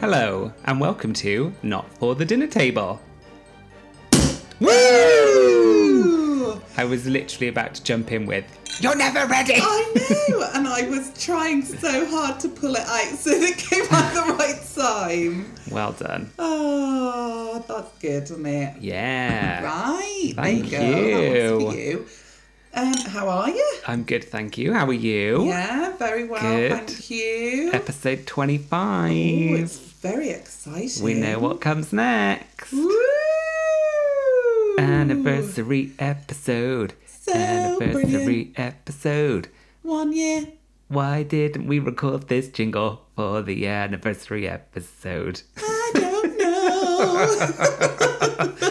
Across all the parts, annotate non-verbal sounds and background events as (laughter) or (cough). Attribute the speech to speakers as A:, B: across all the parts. A: Hello, and welcome to Not for the Dinner Table. Woo! I was literally about to jump in with, You're never ready!
B: I know, and I was trying so hard to pull it out so that it came out the right time.
A: Well done.
B: Oh, that's good, isn't it?
A: Yeah.
B: Right,
A: Thank
B: there you go. That one's for
A: you.
B: you. Um, how are you?
A: I'm good, thank you. How are you?
B: Yeah, very well,
A: Good.
B: thank you.
A: Episode
B: Ooh,
A: 25.
B: it's very exciting.
A: we know what comes next.
B: Woo!
A: Anniversary episode.
B: So
A: Anniversary
B: brilliant.
A: episode.
B: One year.
A: Why didn't we record this jingle for the anniversary
B: (laughs)
A: episode?
B: I don't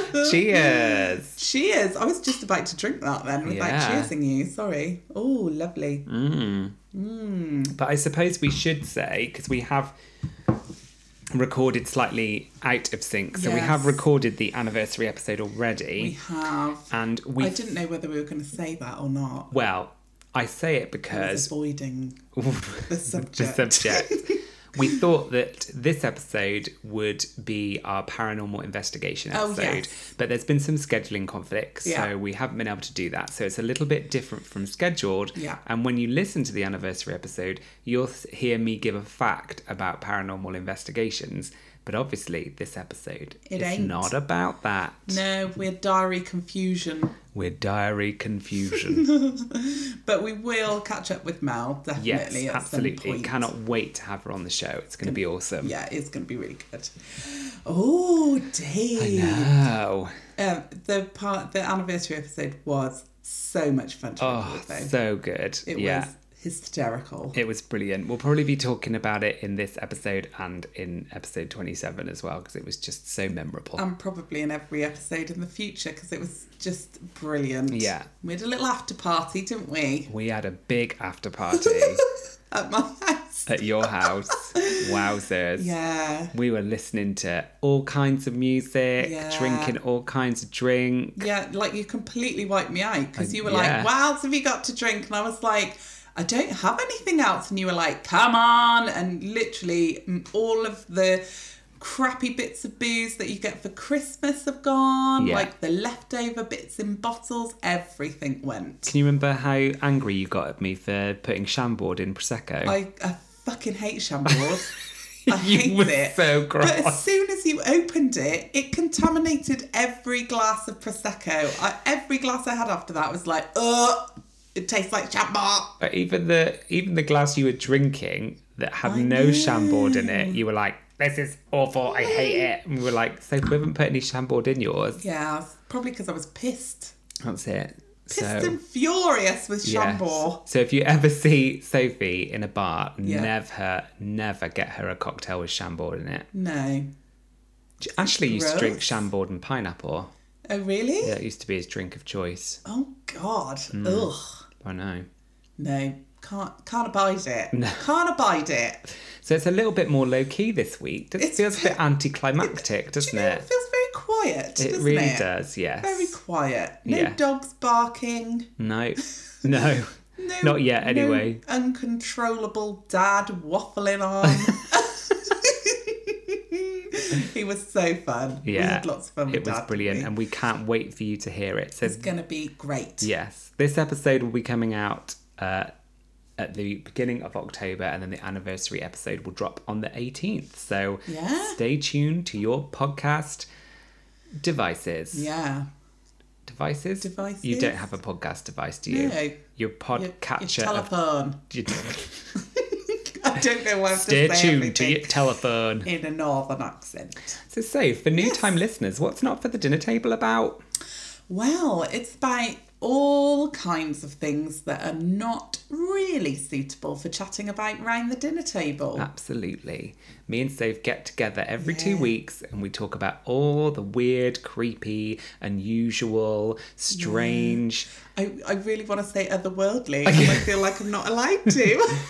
B: (laughs) know.
A: Cheers!
B: Cheers. I was just about to drink that then without
A: Yeah.
B: cheersing you. Sorry. Oh, lovely.
A: Mm. But I suppose we should say, because we have recorded slightly out of sync, so we have
B: Yes.
A: recorded the anniversary episode already.
B: We have.
A: and we,
B: I didn't know whether we were going to say that or not.
A: well, I say it
B: I
A: because
B: was avoiding the subject.
A: the subject. we thought that this episode would be our paranormal investigation
B: Oh,
A: episode,
B: yes.
A: but there's been some scheduling conflicts,
B: Yeah.
A: so we haven't been able to do that. So it's a little bit different from scheduled.
B: Yeah.
A: And when you listen to the anniversary episode, you'll s- hear me give a fact about paranormal investigations. But obviously, this episode
B: It
A: is
B: ain't.
A: not about that.
B: no, we're diary confusion.
A: We're diary
B: (laughs)
A: confusion.
B: But we will catch up with Mel, definitely.
A: yes,
B: at some
A: absolutely.
B: point.
A: Cannot wait to have her on the show. It's going to be awesome.
B: Yeah, it's going to be really good. Oh, Dave.
A: No.
B: Um, the part, the anniversary episode was so much fun to
A: Oh,
B: record, though.
A: so good.
B: it
A: yeah.
B: was hysterical.
A: It was brilliant. We'll probably be talking about it in this episode and in episode 27 as well because it was just so memorable.
B: and probably in every episode in the future because it was just brilliant.
A: Yeah.
B: We had a little after party,
A: (laughs)
B: didn't we?
A: we had a big
B: (laughs)
A: after party
B: At my house.
A: at your house. Wowzers.
B: Yeah.
A: We were listening to all kinds of music,
B: Yeah.
A: drinking all kinds of drink.
B: Yeah, like you completely wiped me out because
A: Uh,
B: you were
A: yeah.
B: like, what else have you got to drink? And I was like, I don't have anything else. And you were like, come on. And literally mm, all of the crappy bits of booze that you get for Christmas have gone,
A: Yeah.
B: like the leftover bits in bottles, everything went.
A: Can you remember how angry you got at me for putting Chambord in Prosecco?
B: I, I fucking hate Chambord. I
A: (laughs) You
B: hate
A: were
B: it.
A: so
B: But
A: cross.
B: as soon as you opened it, it contaminated every glass of prosecco. I, every glass I had after that was like, ugh, it tastes like Chambord.
A: But even the even the glass you were drinking that had no Chambord in it, you were like, "This is awful. I hate it." And we were like, "So we haven't put any Chambord in yours."
B: Yeah, it's probably because I was pissed,
A: That's it.
B: pissed
A: So
B: and furious with
A: yeah.
B: Chambord.
A: So if you ever see Sophie in a bar,
B: Yeah.
A: never never get her a cocktail with Chambord in it.
B: No.
A: Ashley used to drink
B: Gross.
A: Chambord and pineapple.
B: Oh really?
A: That used to be his drink of choice.
B: Oh God.
A: Mm.
B: Ugh.
A: I know.
B: No. Can't can't abide it. Can't abide it.
A: (laughs) So it's a little bit more low key this week. Does it
B: It's-
A: feels a bit anticlimactic, doesn't
B: Do you know, (laughs) it
A: it?
B: feels very quiet,
A: It
B: doesn't
A: really
B: it?
A: does. Yes.
B: Very quiet. No
A: Yeah.
B: dogs barking.
A: No, no,
B: No,
A: not yet.
B: no
A: Anyway,
B: uncontrollable dad waffling on. (laughs) he was so fun. We
A: yeah,
B: had lots of fun with
A: it was
B: dad,
A: brilliant,
B: didn't
A: and we can't wait for you to hear it. So
B: we? It's going to be great.
A: yes, this episode will be coming out uh, at the beginning of October, and then the anniversary episode will drop on the eighteenth. So
B: Yeah.
A: stay tuned to your podcast devices.
B: Yeah.
A: Devices. You
B: Devices?
A: don't have a podcast device, do you?
B: No.
A: Your
B: Your, your
A: podcatcher. of-
B: telephone. (laughs)
A: Stay
B: I don't know why I'm
A: tuned to your telephone.
B: (laughs) in a northern accent.
A: So, Save, for new time listeners, what's not for the dinner table about?
B: Well, it's about all kinds of things that are not really suitable for chatting about round the dinner table.
A: Absolutely. Me and Save get together every two weeks and we talk about all the weird, creepy, unusual, strange,
B: I, I really want to say
A: (laughs)
B: otherworldly, and I feel like I'm not allowed to. (laughs)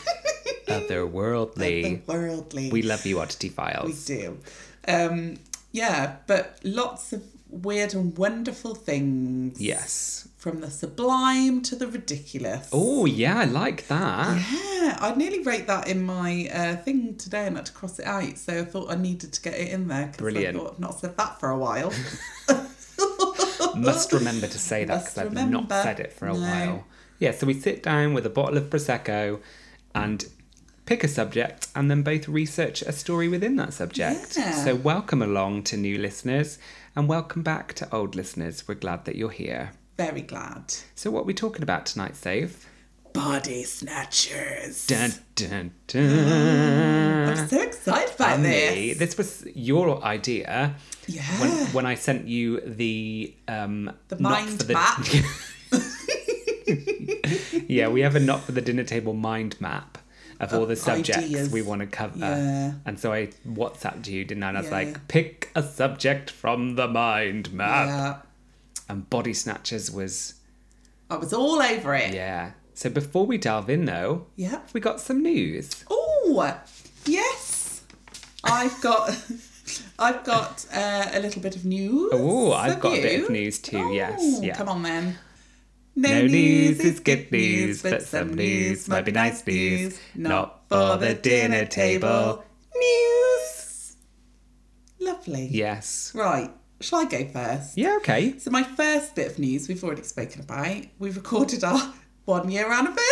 A: otherworldly.
B: otherworldly.
A: We love you, Oddity
B: We
A: Files.
B: do. Um, yeah, but lots of weird and wonderful things.
A: Yes.
B: From the sublime to the ridiculous.
A: Oh, yeah, I like that.
B: Yeah, I nearly rate that in my uh, thing today and had to cross it out. So I thought I needed to get it in there because I
A: Brilliant.
B: thought I've not said that for
A: (laughs)
B: a while.
A: Must remember to say that
B: Must
A: because I've not
B: remember.
A: said it for a
B: No.
A: while. Yeah, so we sit down with a bottle of Prosecco and pick a subject and then both research a story within that subject.
B: Yeah.
A: So, welcome along to new listeners and welcome back to old listeners. We're glad that you're here.
B: Very glad.
A: So, what are we talking about tonight, Save?
B: Body snatchers.
A: Dun, dun, dun.
B: I'm so excited about
A: Emily,
B: this.
A: this was your idea.
B: Yeah. (gasps)
A: When, when I sent you the um
B: The
A: not
B: mind
A: for the-
B: map.
A: (laughs) yeah, we have a not for the dinner table mind map of all the subjects
B: ideas.
A: we want to cover.
B: Yeah.
A: And so I WhatsApped you, didn't I? And I was
B: Yeah.
A: like, pick a subject from the mind map.
B: yeah.
A: And body snatchers was
B: I was all over it.
A: yeah. So before we delve in though,
B: Yeah.
A: we got some news.
B: Oh, yes. I've got. (laughs) I've got uh, a little bit of news.
A: Oh, I've
B: Have
A: got a bit of
B: you?
A: news too, yes,
B: Oh,
A: yeah.
B: Come on then.
A: No news is good news, but some news might be nice news. Not for the dinner table.
B: News. Lovely.
A: Yes.
B: Right. Shall I go first?
A: Yeah, okay.
B: So my first bit of news we've already spoken about. We recorded our (laughs) one year anniversary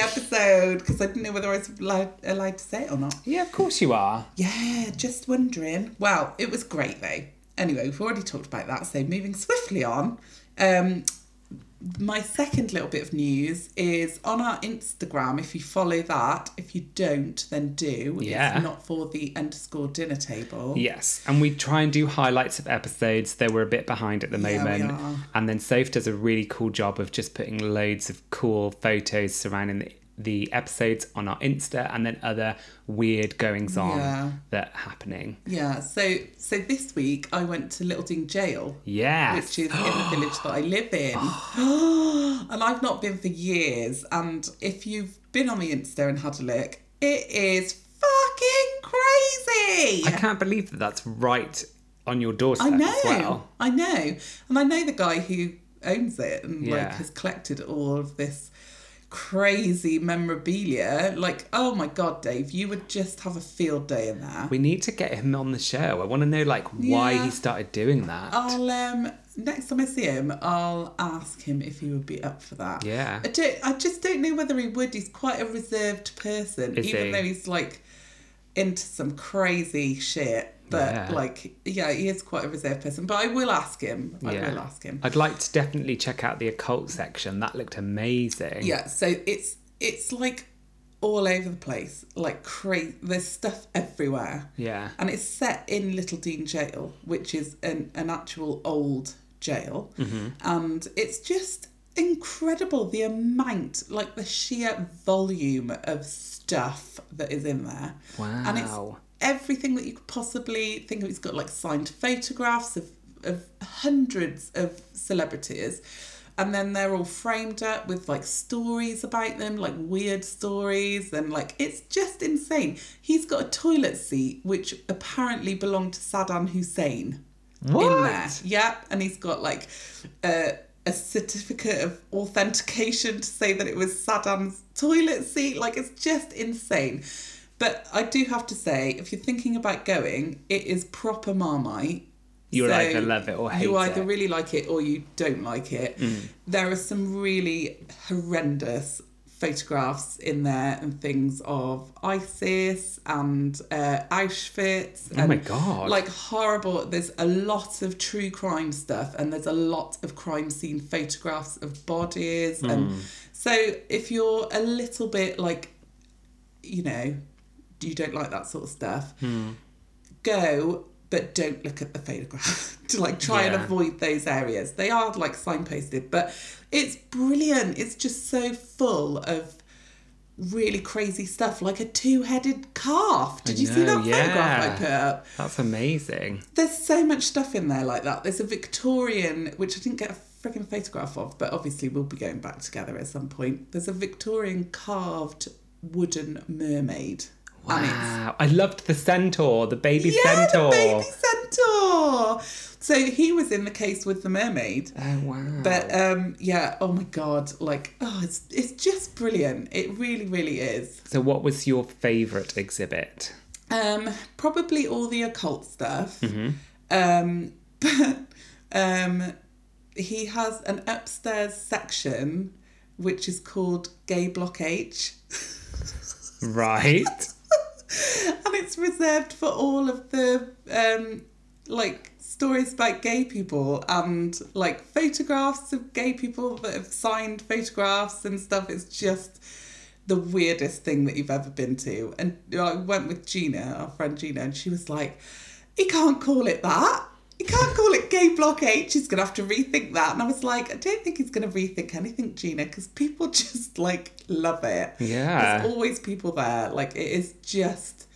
B: episode because I didn't know whether I was allowed, allowed to say it or not.
A: Yeah, of course you are.
B: Yeah, just wondering. Well, it was great though. Anyway, we've already talked about that, so moving swiftly on. Um, my second little bit of news is on our Instagram. If you follow that, if you don't, then do.
A: Yeah.
B: It's not for the underscore dinner table.
A: Yes, and we try and do highlights of episodes, though we're a bit behind at the
B: Yeah, we
A: moment.
B: are.
A: And then Soph does a really cool job of just putting loads of cool photos surrounding the, the episodes on our Insta and then other weird goings on
B: Yeah.
A: that are happening.
B: Yeah, so so this week I went to Littleding Jail,
A: Yes.
B: which is in the village that I
A: (gasps)
B: live in. (gasps) and I've not been for years. And if you've been on the Insta and had a look, it is fucking crazy.
A: I can't believe that that's right on your doorstep
B: I know.
A: as well.
B: I know. And I know the guy who owns it and like
A: Yeah.
B: has collected all of this crazy memorabilia. Like, oh my god, Dave, you would just have a field day in there.
A: We need to get him on the show. I want to know like why
B: Yeah.
A: he started doing that.
B: I'll um next time I see him, I'll ask him if he would be up for that.
A: Yeah.
B: I don't. I just don't know whether he would. He's quite a reserved person,
A: Is
B: even
A: he?
B: though he's like into some crazy shit. But
A: Yeah.
B: like, yeah, he is quite a reserved person. But I will ask him. I
A: Yeah.
B: will ask him.
A: I'd like to definitely check out the occult section. That looked amazing.
B: Yeah. So it's it's like all over the place, like crazy. There's stuff everywhere.
A: Yeah.
B: and it's set in Little Dean Jail, which is an, an actual old jail,
A: Mm-hmm.
B: and it's just incredible the amount, like the sheer volume of stuff that is in there. and
A: Wow.
B: it's everything that you could possibly think of. It's got like signed photographs of of hundreds of celebrities. And then they're all framed up with like stories about them, like weird stories, and like it's just insane. He's got a toilet seat which apparently belonged to Saddam Hussein
A: What?
B: in there. Yep, and he's got like a, a certificate of authentication to say that it was Saddam's toilet seat. Like it's just insane. But I do have to say, if you're thinking about going, it is proper marmite.
A: You either love it or hate
B: You either
A: it.
B: really like it or you don't like it.
A: Mm.
B: There are some really horrendous photographs in there and things of ISIS and uh, Auschwitz.
A: Oh
B: and
A: my God.
B: Like horrible. There's a lot of true crime stuff and there's a lot of crime scene photographs of bodies.
A: Mm.
B: And so if you're a little bit like, you know, you don't like that sort of stuff,
A: Hmm.
B: go but don't look at the photograph (laughs) to like try and
A: Yeah.
B: avoid those areas they are like signposted but it's brilliant it's just so full of really crazy stuff like a two-headed calf did you see
A: know,
B: that photograph i
A: yeah.
B: put up
A: That's amazing.
B: there's so much stuff in there like that there's a victorian which i didn't get a freaking photograph of but obviously we'll be going back together at some point there's a victorian carved wooden mermaid and it's
A: Wow. I loved the centaur, the baby
B: yeah,
A: centaur.
B: the baby centaur. So he was in the case with the mermaid.
A: Oh wow.
B: But um, yeah, oh my god, like oh, it's it's just brilliant. It really, really is.
A: so, what was your favourite exhibit?
B: Um, probably all the occult stuff.
A: Mm-hmm.
B: Um, (laughs) but um, he has an upstairs section which is called Gay Block H.
A: Right.
B: (laughs) and it's reserved for all of the um like stories about gay people and like photographs of gay people that have signed photographs and stuff it's just the weirdest thing that you've ever been to and you know, i went with gina our friend gina and she was like you can't call it that you can't call it gay block h he's gonna have to rethink that and i was like i don't think he's gonna rethink anything gina because people (laughs) just like love it
A: Yeah.
B: There's always people there. Like it is just,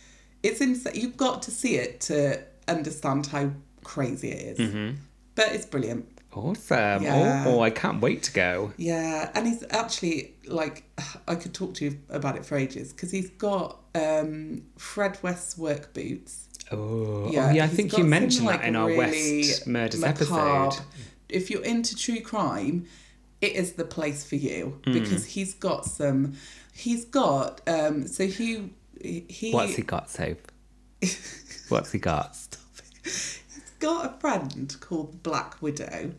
B: it's insane. You've got to see it to understand how crazy it is.
A: Mm-hmm.
B: But it's brilliant.
A: Awesome.
B: Yeah.
A: Oh, I can't wait to go.
B: Yeah, and he's actually like, (sighs) I could talk to you about it for ages because he's got um, Fred West's work boots.
A: Oh, yeah. yeah I
B: he's
A: think
B: got
A: you
B: some,
A: mentioned
B: like,
A: that in our
B: really
A: West Murders
B: macabre-
A: episode.
B: If you're into true crime, it is the place for you
A: Mm.
B: because he's got some. He's got um. So he he
A: What's he got, Soap?
B: (laughs)
A: What's he got?
B: got a friend called the Black Widow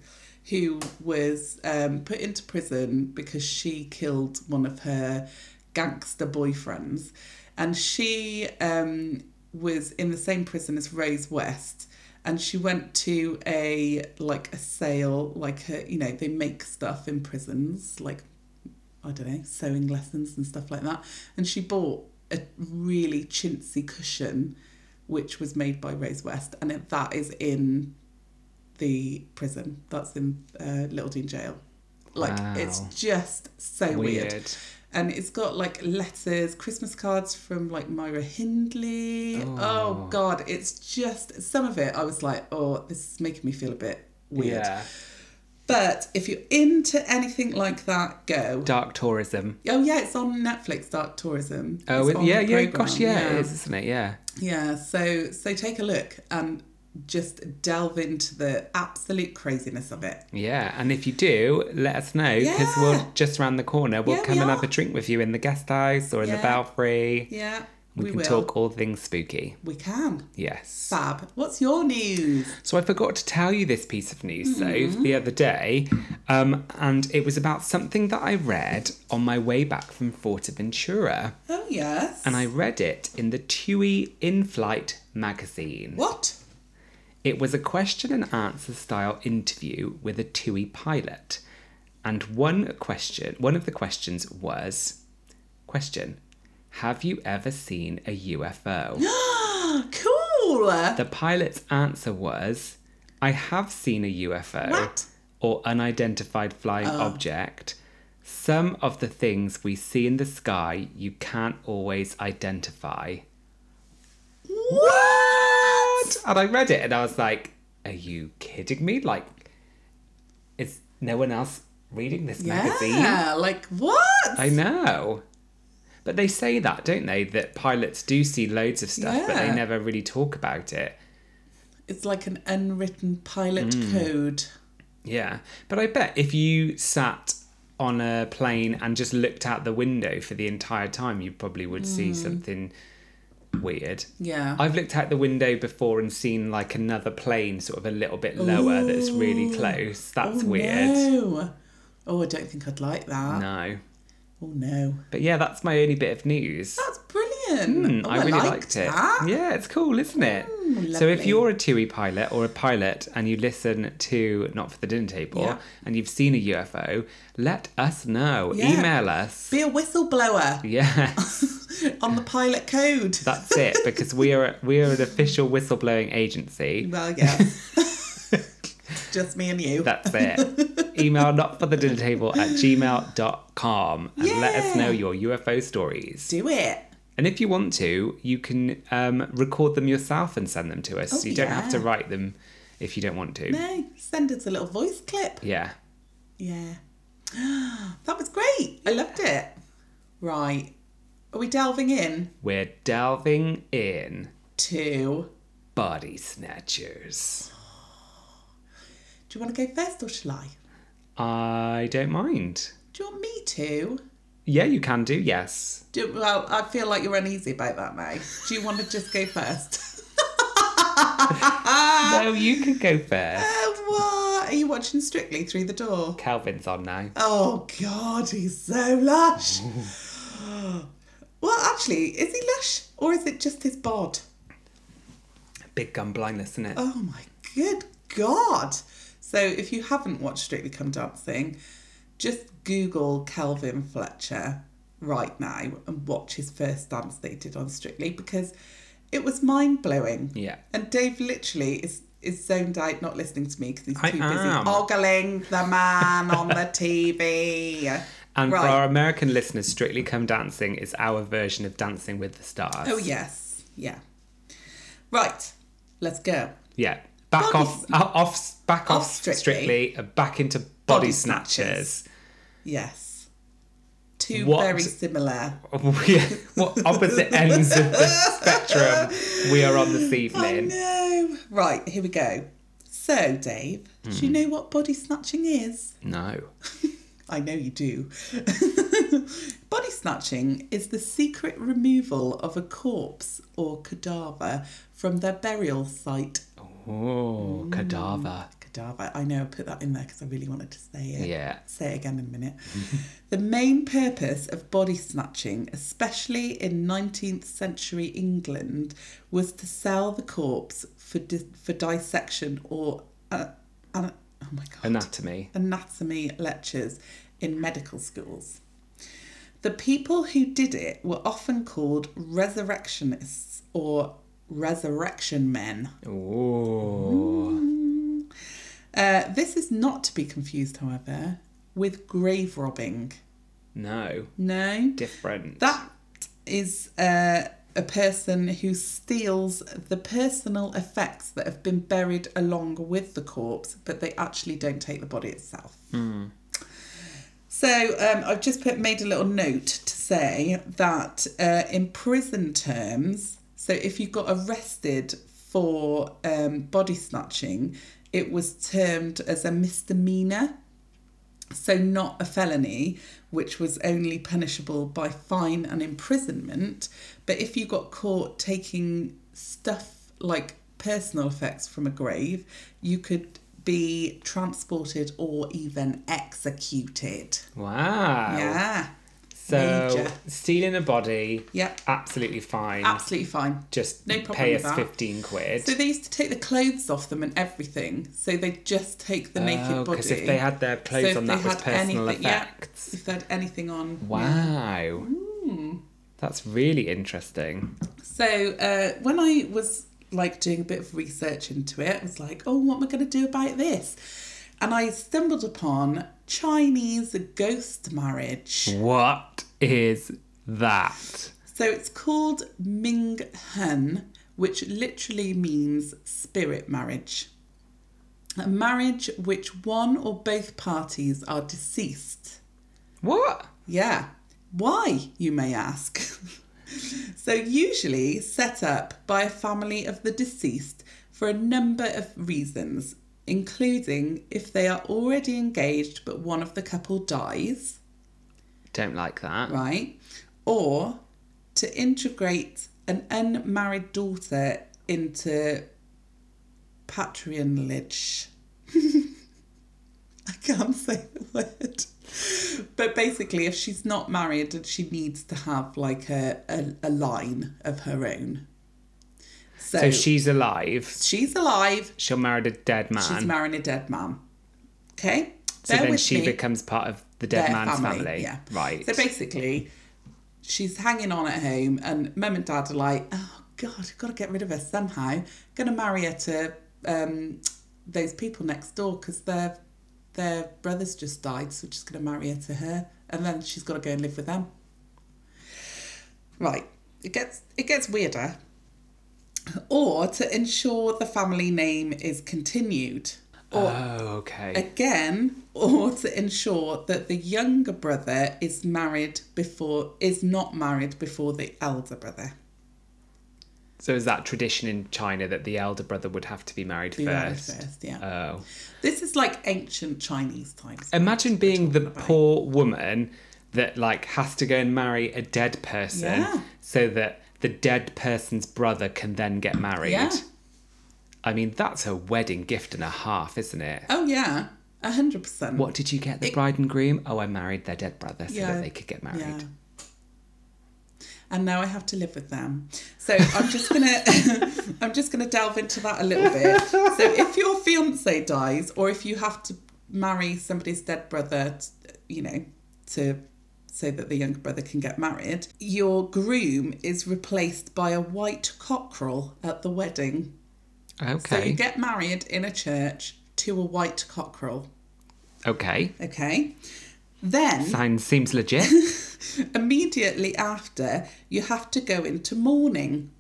B: who was um, put into prison because she killed one of her gangster boyfriends. And she um, was in the same prison as Rose West. And she went to a like a sale, like a, you know, they make stuff in prisons, like I don't know, sewing lessons and stuff like that. And she bought a really chintzy cushion, which was made by Rose West, and it, that is in the prison. That's in uh, Little Dean Jail. Like it's
A: Wow.
B: just so weird.
A: Weird.
B: And it's got like letters, Christmas cards from like Myra Hindley. Oh. God, it's just some of it. I was like, oh, this is making me feel a bit weird.
A: Yeah.
B: But if you're into anything like that, go.
A: Dark tourism.
B: Oh yeah, it's on Netflix. Dark Tourism.
A: Oh,
B: It's
A: it-
B: on
A: yeah,
B: the
A: yeah.
B: programme,
A: Gosh, yeah,
B: yeah.
A: it is, isn't it? Yeah.
B: Yeah, So so take a look and just delve into the absolute craziness of it.
A: Yeah. And if you do, let us know because
B: Yeah.
A: we'll just round the corner. We'll
B: Yeah,
A: come
B: we
A: and
B: are.
A: have a drink with you in the guest house or in the
B: Yeah.
A: Belfry.
B: Yeah,
A: We,
B: we,
A: can
B: will.
A: talk all things spooky.
B: We can.
A: Yes.
B: Fab. What's your news?
A: So I forgot to tell you this piece of news, Soph, the other day, um, and it was about something that I read on my way back from Fortaventura,
B: Oh yes.
A: and I read it in the TUI In-Flight magazine.
B: what?
A: It was a question and answer style interview with a TUI pilot, and one question, one of the questions was, question, have you ever seen a UFO?
B: (gasps) cool.
A: The pilot's answer was, I have seen a UFO
B: What? Oh.
A: or unidentified flying object. Some of the things we see in the sky you can't always identify.
B: what?
A: And I read it and I was like, Are you kidding me? Like, is no one else reading this magazine?
B: Yeah. Like what?
A: I know. But they say that, don't they? That pilots do see loads of stuff, but they
B: Yeah.
A: never really talk about it.
B: It's like an unwritten pilot
A: Hmm.
B: code.
A: Yeah, but I bet if you sat on a plane and just looked out the window for the entire time, you probably would see something weird.
B: Yeah.
A: I've looked out the window before and seen like another plane sort of a little bit lower that's really close. That's
B: Oh,
A: weird.
B: No. Oh, I don't think I'd like that.
A: No.
B: Oh no.
A: But yeah, that's my only bit of news.
B: That's brilliant.
A: Mm,
B: Oh,
A: I really
B: liked
A: liked it.
B: that. Hmm,
A: Yeah, it's cool, isn't it? so if
B: lovely.
A: you're a TUI pilot or a pilot and you listen to Not for the Dinner Table
B: Yeah.
A: and you've seen a UFO, let us know.
B: Yeah.
A: Email us.
B: Be a whistleblower
A: (laughs) Yeah,
B: on the pilot code.
A: that's it. Because we are we are an official whistleblowing agency.
B: (laughs) well,
A: (laughs)
B: yeah. Just me and you.
A: That's it. Email not for the dinner table at gmail.com and let us
B: Yeah.
A: know your UFO stories.
B: Do it.
A: And if you want to, you can um, record them yourself and send them to us.
B: Oh,
A: you don't have to
B: yeah.
A: write them if you don't want to.
B: No, send us a little voice clip.
A: Yeah.
B: Yeah. (gasps) That was great. I loved it. Right. Are we delving in
A: We're delving in
B: to
A: body snatchers.
B: Do you want to go first or shall I?
A: I don't mind.
B: Do you want me to?
A: Yeah, you can do, yes.
B: Do, well, I feel like you're uneasy about that, May. Do you want to just go first?
A: no, you can go first.
B: Uh, what? Are you watching Strictly through the door?
A: Calvin's on now.
B: Oh, God, he's so lush. (gasps) well, actually, is he lush or is it just his bod?
A: Big gun blindness, isn't it?
B: Oh my good God. So if you haven't watched Strictly Come Dancing, just Google Calvin Fletcher right now and watch his first dance they did on Strictly because it was mind blowing.
A: Yeah.
B: And Dave literally is is zoned out, not listening to me because he's
A: I
B: too busy
A: am.
B: ogling the man
A: (laughs)
B: on the TV.
A: And for
B: Right.
A: our American listeners, Strictly Come Dancing is our version of Dancing with the Stars.
B: Oh yes, yeah. Right, let's go.
A: Yeah. Back
B: Body
A: off, uh, off, back off,
B: Off Strictly.
A: strictly, uh, back into body,
B: Body
A: snatchers.
B: Yes, two
A: What?
B: very similar.
A: (laughs) We- what opposite ends of the spectrum we are on
B: (laughs) Oh,
A: this
B: I
A: evening.
B: know. Right, here we go. So, Dave, do you know what body snatching is?
A: No.
B: I know you do. (laughs) body snatching is the secret removal of a corpse or cadaver from their burial site.
A: Oh,
B: Mm.
A: cadaver.
B: Cadaver. I know I put that in there because I really wanted to say it.
A: Yeah.
B: Say it again in a minute. the main purpose of body snatching, especially in 19th century England, was to sell the corpse for dis for dissection or uh, ana- oh my god
A: Anatomy.
B: anatomy lectures in medical schools. The people who did it were often called resurrectionists or resurrection men. Mm.
A: Oh.
B: Uh, this is not to be confused, however, with grave robbing.
A: No.
B: No,
A: Different.
B: that is uh, a person who steals the personal effects that have been buried along with the corpse, but they actually don't take the body itself. So um, I've just put made a little note to say that uh, in prison terms, so if you got arrested for um, body snatching, it was termed as a misdemeanor, so not a felony, which was only punishable by fine and imprisonment. But if you got caught taking stuff like personal effects from a grave, you could be transported or even executed.
A: wow.
B: Yeah.
A: so,
B: major.
A: stealing a body,
B: Yep.
A: absolutely fine.
B: Absolutely fine.
A: Just
B: no problem
A: pay
B: with
A: us
B: that.
A: 15 quid.
B: So they used to take the clothes off them and everything. So they just take the naked body.
A: Because Oh, if they had their
B: So
A: clothes
B: if
A: on,
B: they
A: that was
B: had
A: personal
B: anything- yeah,
A: effects.
B: if they had anything on.
A: Wow.
B: Mm.
A: That's really interesting.
B: So uh, when I was like doing a bit of research into it, I was like, oh, what am I going to do about this? And I stumbled upon Chinese ghost marriage.
A: What is that?
B: So it's called Ming Hun, which literally means spirit marriage. A marriage which one or both parties are deceased.
A: What?
B: Yeah. Why, you may ask? (laughs) so, usually set up by a family of the deceased for a number of reasons, including if they are already engaged but one of the couple dies,
A: Don't like that.
B: right? Or to integrate an unmarried daughter into patronage. (laughs) I can't say the word. But basically, if she's not married and she needs to have like a, a, a line of her own. So,
A: So she's alive.
B: she's alive,
A: She'll marry a dead man.
B: she's marrying a dead man. Okay?
A: so
B: Bear
A: then
B: with
A: she
B: me.
A: becomes part of the dead
B: their
A: man's family.
B: Yeah.
A: Right.
B: So basically, she's hanging on at home, and mum and dad are like, "Oh God, I've got to get rid of her somehow. Going to marry her to um, those people next door because their their brothers just died, so we're just going to marry her to her, and then she's got to go and live with them." Right. It gets it gets weirder. Or to ensure the family name is continued. Or
A: oh, okay.
B: again (laughs) or to ensure that the younger brother is married before is not married before the elder brother
A: So is that tradition in China that the elder brother would have to be married
B: Be married
A: first?
B: first, yeah.
A: Oh.
B: This is like ancient Chinese times.
A: Imagine being the
B: about.
A: poor woman that like has to go and marry a dead person
B: Yeah.
A: so that the dead person's brother can then get married.
B: Yeah.
A: I mean, that's a wedding gift and a half, isn't it?
B: Oh yeah, a hundred percent.
A: What did you get the bride and groom? Oh, I married their dead brother so
B: Yeah.
A: that they could get married.
B: Yeah. And now I have to live with them. So I'm just gonna (laughs) I'm just gonna delve into that a little bit. So if your fiance dies, or if you have to marry somebody's dead brother, t- you know, to so that the younger brother can get married, your groom is replaced by a white cockerel at the wedding. So
A: Okay.
B: you get married in a church to a white cockerel.
A: okay.
B: Okay. Then
A: Sounds seems legit.
B: immediately after, you have to go into mourning.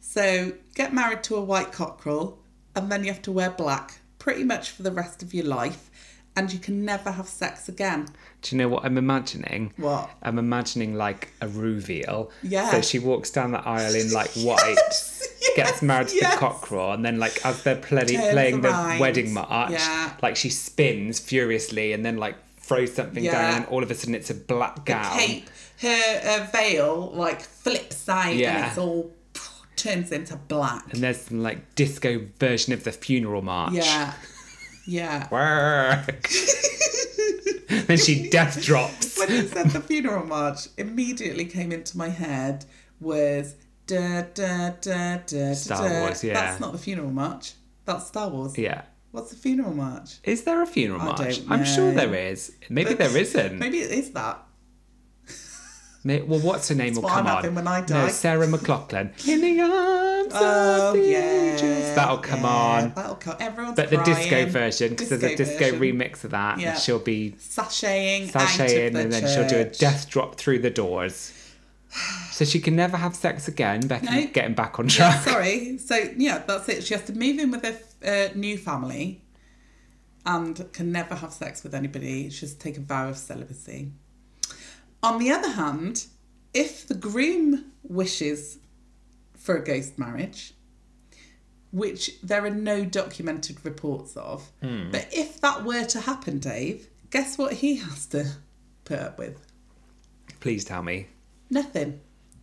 B: So get married to a white cockerel, and then you have to wear black pretty much for the rest of your life, and you can never have sex again.
A: Do you know what I'm imagining?
B: What?
A: I'm imagining like a reveal.
B: Yeah.
A: So she walks down the aisle in
B: (laughs)
A: like white,
B: yes,
A: gets married to
B: yes.
A: the cockerel, and then like as they're play-
B: Turns
A: playing the
B: around.
A: wedding march,
B: Yeah.
A: like she spins furiously and then like throws something
B: Yeah.
A: down, and all of a sudden it's a black gown.
B: Cape, her, her veil like flips side, and
A: Yeah.
B: it's all turns into black.
A: And there's some like disco version of the funeral march.
B: Yeah, yeah.
A: (laughs) Work.
B: (laughs)
A: then she death drops.
B: when you said the funeral march, immediately came into my head was da da da da
A: Star
B: da.
A: Wars, yeah.
B: That's not the funeral march. That's Star Wars.
A: Yeah.
B: What's the funeral march?
A: Is there a funeral march?
B: don't
A: I'm sure
B: know.
A: there is. Maybe there isn't.
B: Maybe it is that.
A: May, well, what's her name? will
B: what
A: come
B: I'm
A: on.
B: having when I
A: No,
B: die.
A: Sarah
B: (laughs)
A: McLaughlin. In the arms
B: Oh
A: of the
B: yeah.
A: angels. That'll come
B: yeah,
A: on.
B: That'll come. Everyone's
A: But the disco
B: crying.
A: version, because there's a disco
B: version.
A: remix of that,
B: Yeah.
A: and she'll be
B: Sashaying, out of
A: sashaying,
B: the
A: and then she'll do a
B: church.
A: death drop through the doors. So she can never have sex again. Becky
B: No.
A: getting back on
B: Yeah,
A: track.
B: sorry. So yeah, that's it. She has to move in with a uh, new family, and can never have sex with anybody. She has to take a vow of celibacy. On the other hand, if the groom wishes for a ghost marriage, which there are no documented reports of, but if that were to happen, Dave, guess what he has to put up with?
A: Please tell me.
B: Nothing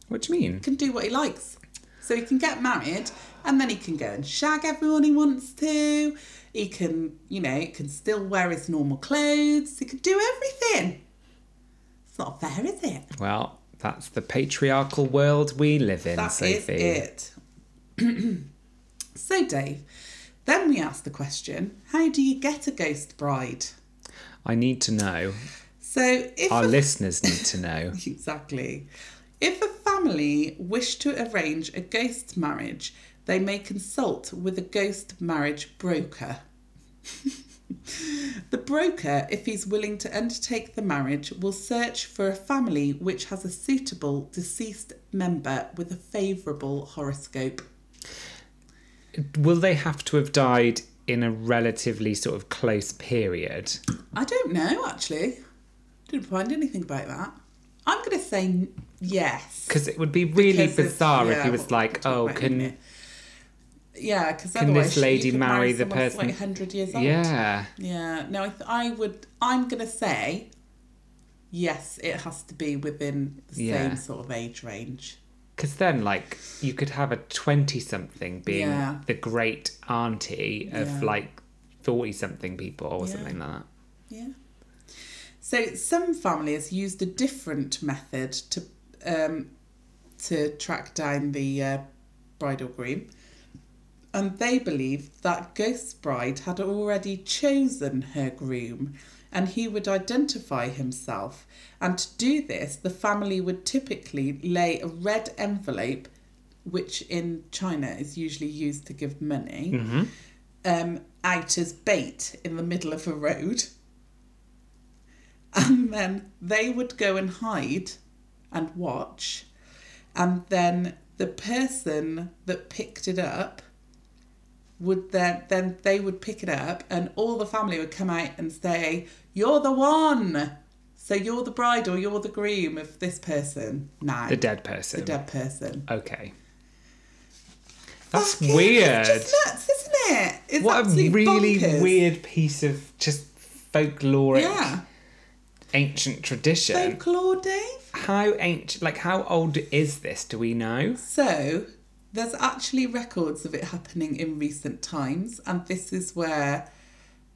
A: What do you mean?
B: can do what he likes. So he can get married and then he can go and shag everyone he wants to. He can, you know, he can still wear his normal clothes. He can do everything. It's not fair, is it?
A: Well, that's the patriarchal world we live in,
B: That
A: Sophie.
B: is it. (clears throat) so, Dave, then we asked the question how do you get a ghost bride?
A: I need to know.
B: So, if
A: Our (laughs)
B: a
A: listeners need to know.
B: (laughs) Exactly. If a family wish to arrange a ghost marriage, they may consult with a ghost marriage broker. (laughs) the broker, if he's willing to undertake the marriage, will search for a family which has a suitable deceased member with a favourable horoscope.
A: Will they have to have died in a relatively sort of close period?
B: I don't know, actually. Didn't find anything about that. I'm going to say n- yes.
A: Because it would be really
B: Because it's-
A: bizarre if
B: yeah,
A: he
B: what
A: was
B: we're
A: like,
B: talking
A: "Oh,
B: about in a
A: can
B: minute. yeah, because
A: this
B: otherwise you
A: lady
B: could
A: marry the
B: someone that's, like
A: person-
B: hundred years old.
A: yeah."
B: yeah. No, I, th- I would. I'm gonna say yes. It has to be within the
A: Yeah.
B: same sort of age range.
A: Because then, like, you could have a twenty-something being
B: Yeah.
A: the great auntie of
B: Yeah.
A: like forty-something people or
B: Yeah.
A: something like that.
B: Yeah. So some families used a different method to um, to track down the uh, bride or groom, and they believed that ghost bride had already chosen her groom, and he would identify himself. And to do this, the family would typically lay a red envelope, which in China is usually used to give money, um, out as bait in the middle of a road and then they would go and hide and watch and then the person that picked it up would then then they would pick it up and all the family would come out and say you're the one so you're the bride or you're the groom of this person now
A: The dead person.
B: the dead person
A: Okay. That's
B: fucking-
A: weird.
B: It's just nuts, isn't it? It's
A: what a
B: absolutely
A: really
B: bonkers.
A: weird piece of just folkloric
B: Yeah.
A: ancient tradition.
B: Folklore, Dave.
A: how ancient, like how old is this? Do we know?
B: So there's actually records of it happening in recent times, and this is where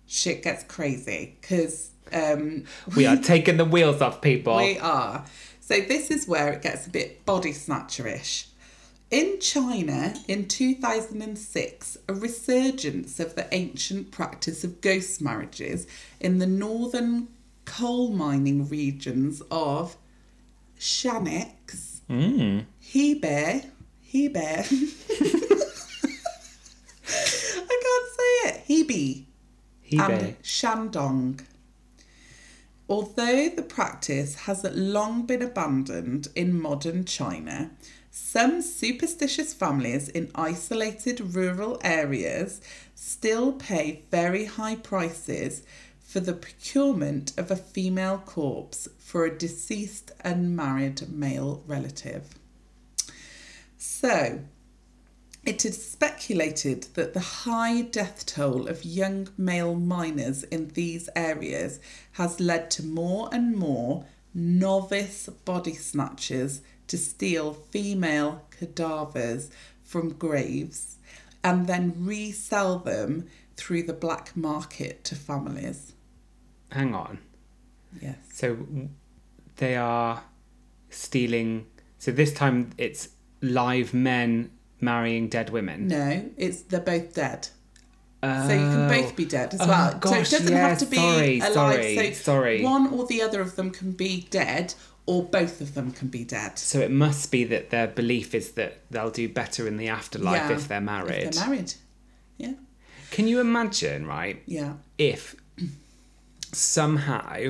B: shit gets crazy because um,
A: We
B: (laughs)
A: are taking the wheels off people.
B: We are. So this is where it gets a bit body snatcherish. In China, in 2006, a resurgence of the ancient practice of ghost marriages in the northern coal mining regions of Shanix, Hebei, Hebei. (laughs) I can't say it. Hebei
A: Hebei.
B: and Shandong. Although the practice has long been abandoned in modern China, some superstitious families in isolated rural areas still pay very high prices for the procurement of a female corpse for a deceased unmarried male relative. So, it is speculated that the high death toll of young male miners in these areas has led to more and more novice body snatchers to steal female cadavers from graves and then resell them through the black market to families.
A: Hang on.
B: Yes.
A: So w- they are stealing. So this time it's live men marrying dead women.
B: No, it's they're both dead. So you can both be dead as
A: Oh,
B: well. so
A: gosh,
B: it doesn't
A: yeah,
B: have to be
A: sorry,
B: alive.
A: sorry,
B: so
A: sorry.
B: one or the other of them can be dead, or both of them can be dead.
A: So it must be that their belief is that they'll do better in the afterlife
B: Yeah,
A: if they're married.
B: If they're married. Yeah.
A: Can you imagine, right?
B: Yeah.
A: if somehow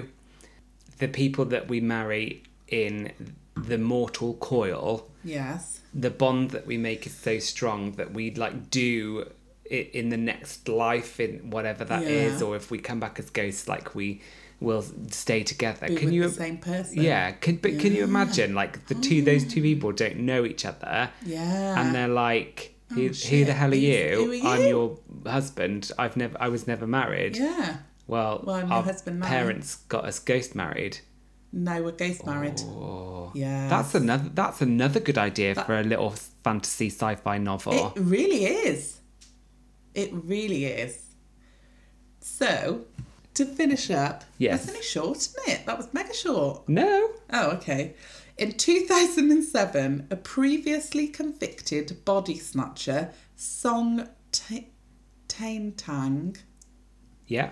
A: the people that we marry in the mortal coil,
B: Yes.
A: the bond that we make is so strong that we like do it in the next life, in whatever that is,
B: Yeah.
A: or if we come back as ghosts, like we will stay together.
B: Be
A: can
B: with
A: you?
B: the same person?
A: yeah, can, but can you imagine like the two those two people don't know each other,
B: Oh. Yeah. Oh,
A: and they're like, who, who
B: shit,
A: the hell are
B: who's-
A: you?
B: who are
A: I'm
B: you?"
A: your husband. I've never, I was never married.
B: yeah.
A: Well,
B: Well, I'm your
A: our
B: husband now.
A: parents got us ghost married.
B: No, we're ghost married.
A: Oh,
B: Yeah.
A: that's another. That's another good idea for a little fantasy sci-fi novel.
B: It really is. It really is. So, to finish up,
A: Yes.
B: that's only short, isn't it? That was mega short.
A: no,
B: Oh, okay. In 2007, a previously convicted body snatcher, Song Ta- Taintang,
A: yeah,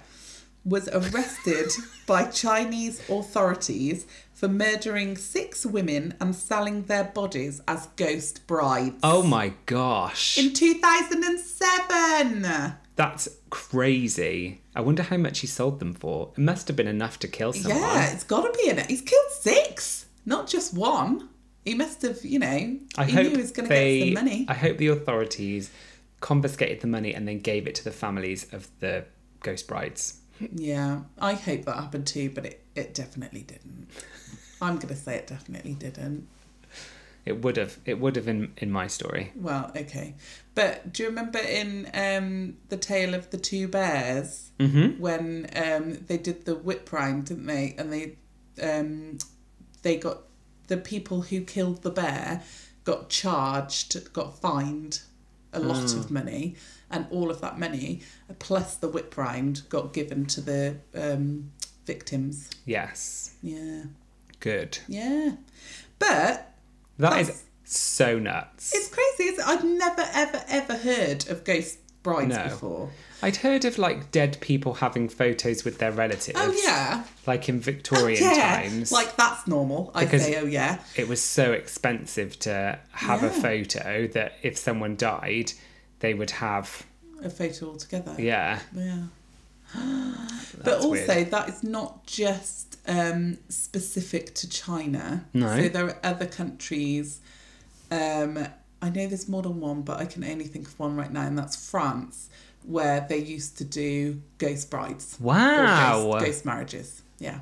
A: (laughs)
B: was arrested by Chinese authorities for murdering six women and selling their bodies as ghost brides.
A: Oh my gosh,
B: In 2007!
A: that's crazy. I wonder how much he sold them for. It must have been enough to kill someone.
B: Yeah, it's gotta be in it. He's killed six, not just one. He must have, you know,
A: I
B: he
A: hope
B: knew he was gonna
A: they,
B: get some money.
A: I hope the authorities confiscated the money and then gave it to the families of the ghost brides.
B: Yeah, I hope that happened too, but it, it definitely didn't. I'm going to say it definitely didn't.
A: It would have. It would have in in my story.
B: Well, okay. But do you remember in um, the tale of the two bears when um, they did the whip round, didn't they? And they um, they got the people who killed the bear got charged, got fined a lot of money, and all of that money plus the whip round got given to the um, victims.
A: Yes,
B: Yeah.
A: good.
B: Yeah. But
A: That is
B: That's-
A: so nuts.
B: it's crazy. It's, I've never, ever, ever heard of ghost brides
A: No.
B: before.
A: I'd heard of like dead people having photos with their relatives.
B: Oh, yeah.
A: Like in Victorian
B: yeah.
A: times.
B: Like, that's normal. I
A: Because-
B: say, oh, yeah.
A: it was so expensive to have a
B: Yeah.
A: photo that if someone died, they would have
B: A photo altogether.
A: yeah. (gasps)
B: Yeah. but also,
A: weird.
B: that is not just um, specific to China.
A: No.
B: So there are other countries. Um, I know there's more than one, but I can only think of one right now, and that's France, where they used to do ghost brides. Or
A: Wow.
B: Ghost, ghost marriages. Yeah.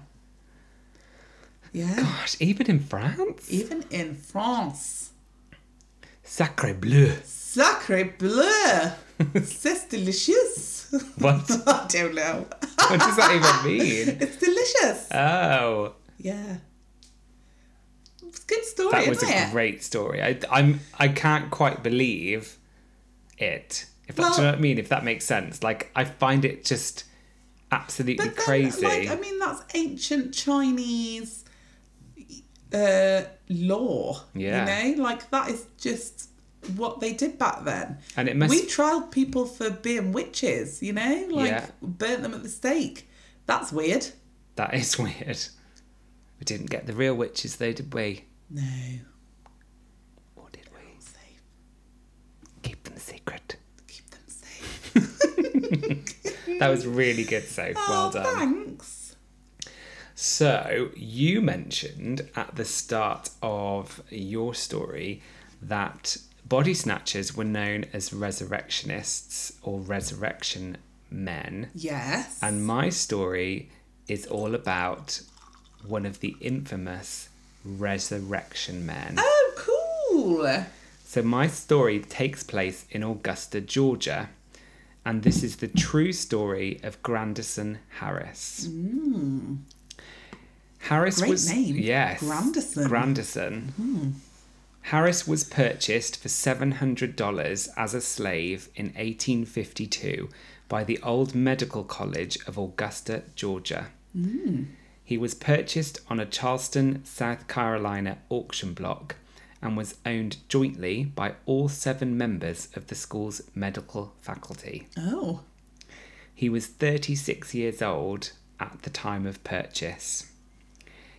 B: Yeah.
A: Gosh, even in France?
B: Even in France.
A: Sacre bleu. (laughs)
B: Sacre bleu! C'est delicious.
A: What?
B: (laughs) I don't know.
A: What does that even
B: (laughs)
A: mean?
B: It's delicious.
A: Oh,
B: Yeah. It's a good story,
A: that was
B: isn't
A: a
B: it?
A: great story. I, I'm I can't quite believe it. If that, do you know
B: Well-
A: what I mean? If that makes sense, like I find it just absolutely
B: But then,
A: crazy.
B: Like, I mean, that's ancient Chinese uh, law.
A: Yeah.
B: You know, like that is just what they did back then.
A: And it must-
B: We tried people for being witches. You know, like
A: Yeah.
B: burnt them at the stake. That's weird.
A: That (laughs) is weird. We didn't get the real witches though, did we?
B: No.
A: Or did we?
B: Safe.
A: Keep them secret.
B: Keep them safe.
A: That was really good, Soph. well
B: oh,
A: done.
B: thanks.
A: So, you mentioned at the start of your story that body snatchers were known as resurrectionists or resurrection men.
B: Yes.
A: And my story is all about one of the infamous resurrection men.
B: oh, cool.
A: So, my story takes place in Augusta, Georgia. And this is the true story of Grandison Harris. Harris
B: Mm. Great
A: was.
B: name.
A: Yes.
B: Grandison. Hmm.
A: Grandison. Harris was purchased for $700 as a slave in 1852 by the Old Medical College of Augusta, Georgia. He was purchased on a Charleston, South Carolina auction block and was owned jointly by all seven members of the school's medical faculty.
B: Oh.
A: He was 36 years old at the time of purchase.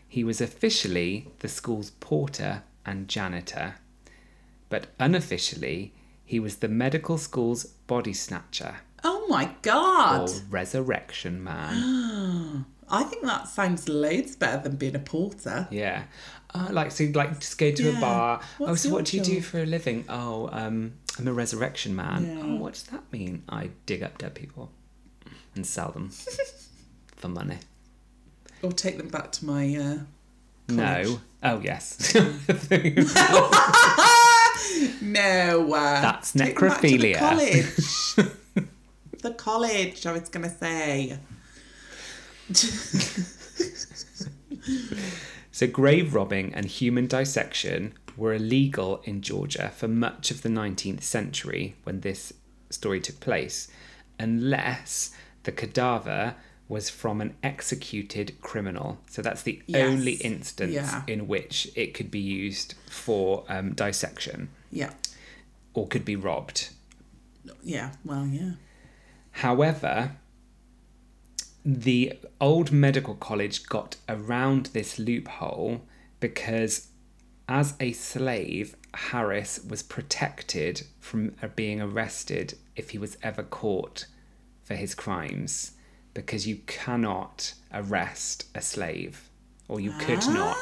A: He was officially the school's porter and janitor, but unofficially, he was the medical school's body snatcher
B: Oh my
A: or
B: god.
A: resurrection man.
B: I think that sounds loads better than being a porter.
A: yeah. Uh, like, so, like, just go to a
B: Yeah.
A: bar. oh,
B: What's
A: so
B: your
A: what do you do
B: job?"
A: for a living? Oh, um, I'm a resurrection man.
B: Yeah.
A: Oh, what does that mean? I dig up dead people and sell
B: (laughs)
A: them for money.
B: Or take them back to my. Uh... College.
A: No. Oh yes.
B: (laughs)
A: That's
B: No. Uh, take them back to the
A: necrophilia. (laughs)
B: college. the college, I was going to say.
A: So grave robbing and human dissection were illegal in Georgia for much of the 19th century when this story took place, unless the cadaver was from an executed criminal. So that's the
B: Yes.
A: only instance
B: Yeah.
A: in which it could be used for um, dissection
B: Yeah.
A: or could be robbed.
B: Yeah. Well, yeah.
A: However, the old medical college got around this loophole because, as a slave, Harris was protected from uh, being arrested if he was ever caught for his crimes because you cannot arrest a slave or you could not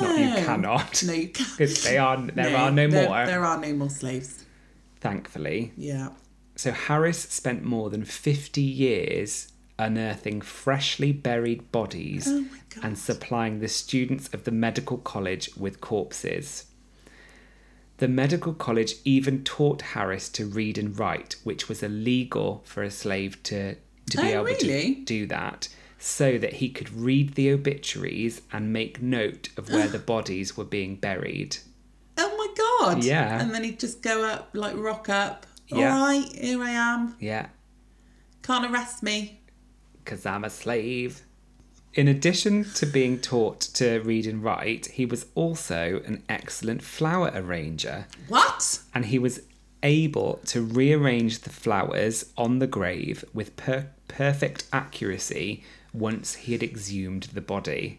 A: not you
B: Ah.
A: cannot (laughs)
B: No, you can't.
A: because they are there are no more
B: There are no more slaves.
A: thankfully
B: Yeah.
A: so Harris spent more than 50 years unearthing freshly buried bodies
B: Oh my God.
A: and supplying the students of the medical college with corpses. The medical college even taught Harris to read and write, which was illegal for a slave to, to be able
B: Oh, really?
A: to do that, so that he could read the obituaries and make note of where the bodies were being buried.
B: Oh my god.
A: Yeah.
B: And then he'd just go up, like rock up.
A: Yeah.
B: All right, here I am.
A: Yeah,
B: Can't arrest me.
A: because I'm a slave. In addition to being taught to read and write, he was also an excellent flower arranger
B: What?
A: and he was able to rearrange the flowers on the grave with per- perfect accuracy once he had exhumed the body.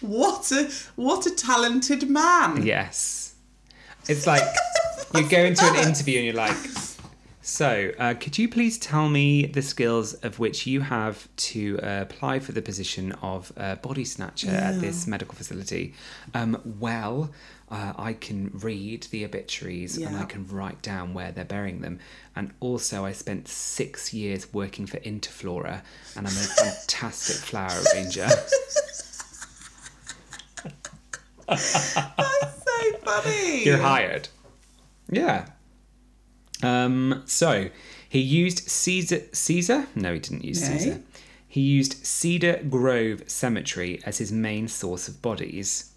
B: What a what a talented man.
A: (laughs) Yes. It's like you go into an interview and you're like, so uh, could you please tell me the skills of which you have to uh, apply for the position of uh, body snatcher at this medical facility? Um, well, uh, I can read the obituaries and I
B: Yeah.
A: can write down where they're burying them. And also, I spent six years working for Interflora and I'm a fantastic flower arranger.
B: That's so funny.
A: You're hired. Yeah. Um, so he used Caesar. Caesar? No, he didn't use
B: No.
A: Caesar. He used Cedar Grove Cemetery as his main source of bodies.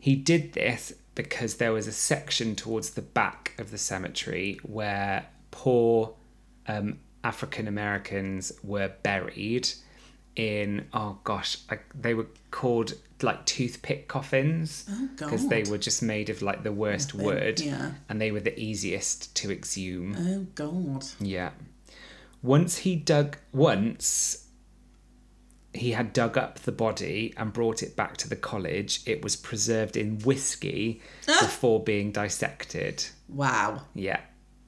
A: He did this because there was a section towards the back of the cemetery where poor um, African Americans were buried in, oh gosh, like they were called like toothpick coffins because they
B: Oh, God.
A: were just made of like the worst wood
B: yeah.
A: and they were the easiest to exhume.
B: Oh God.
A: Yeah. Once he dug once he had dug up the body and brought it back to the college, it was preserved in whiskey
B: Ah.
A: before being dissected.
B: Wow.
A: Yeah.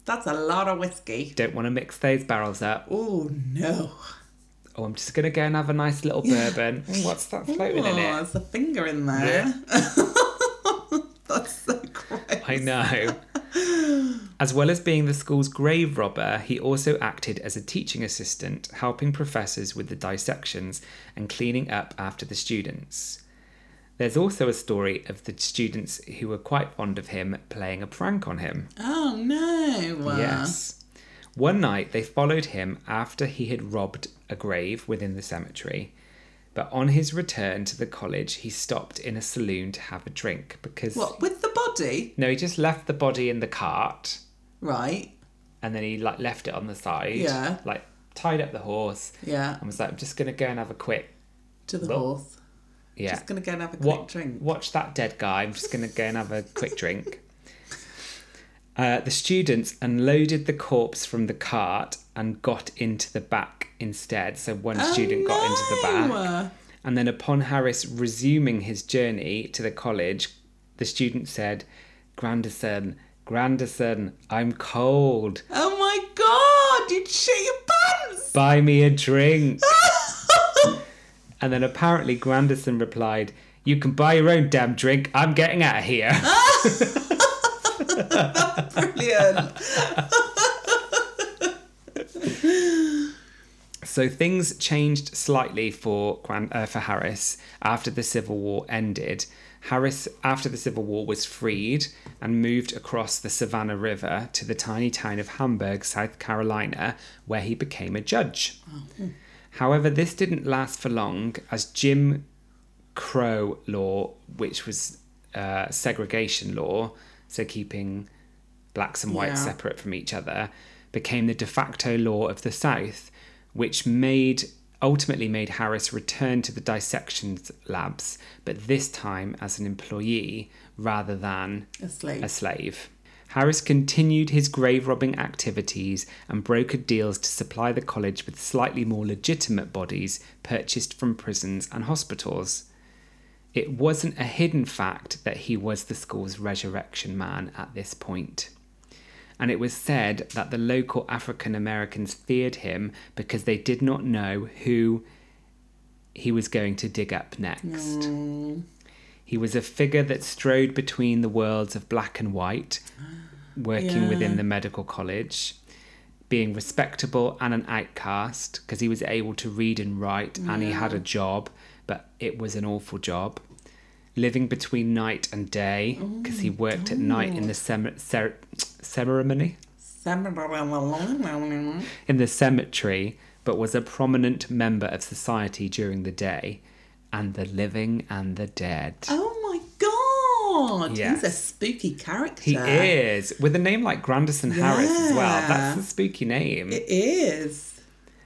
B: That's a lot of whiskey.
A: Don't want to mix those barrels up.
B: Oh no.
A: Oh, I'm just gonna go and have a nice little bourbon. Mm, (laughs) What's that floating in
B: Oh,
A: it?
B: there's a finger in there. (laughs) That's so gross.
A: I (laughs) know. As well as being the school's grave robber, he also acted as a teaching assistant, helping professors with the dissections and cleaning up after the students. There's also a story of the students who were quite fond of him playing a prank on him.
B: Oh no. Uh,
A: Yes. One night they followed him after he had robbed a grave within the cemetery. But on his return to the college, he stopped in a saloon to have a drink because
B: What with the body?
A: no, he just left the body in the cart
B: Right.
A: and then he like left it on the side.
B: Yeah.
A: Like tied up the horse
B: Yeah.
A: and was like, I'm just gonna go and have a quick
B: To the
A: Well,
B: horse.
A: yeah.
B: Just gonna go and have a quick
A: Wa-
B: drink.
A: Watch that dead guy. I'm just gonna go and have a quick drink. Uh, the students unloaded the corpse from the cart and got into the back instead. So one student got into the back.
B: Oh, No.
A: And then upon Harris resuming his journey to the college, the student said, Granderson, Granderson, I'm cold.
B: Oh my god! You'd shit your pants.
A: Buy me a
B: (laughs)
A: drink. and then apparently Granderson replied, You can buy your own damn drink. I'm getting out of
B: (laughs)
A: here.
B: Brilliant.
A: (laughs) So things changed slightly for Gran- uh, for Harris after the Civil War ended. Harris, after the Civil War, was freed and moved across the Savannah River to the tiny town of Hamburg, South Carolina, where he became a judge. However, this didn't last for long, as Jim Crow law, which was uh, segregation law, so keeping blacks and whites
B: Yeah.
A: separate from each other, became the de facto law of the South, which made ultimately made Harris return to the dissection labs, but this time as an employee rather than
B: Asleep.
A: a slave. Harris continued his grave robbing activities and brokered deals to supply the college with slightly more legitimate bodies purchased from prisons and hospitals. It wasn't a hidden fact that he was the school's resurrection man at this point. And it was said that the local African Americans feared him because they did not know who he was going to dig up next. He was a figure that strode between the worlds of black and white, working
B: Yeah.
A: within the medical college, being respectable and an outcast because he was able to read and write and he had a job, but it was an awful job. Living between night and day because he worked at night in the cem- cer- ceremony in the cemetery, but was a prominent member of society during the day and the living and the dead.
B: Oh my god!
A: Yes.
B: He's a spooky character.
A: He is with a name like Granderson Harris as well. That's a spooky name.
B: It is.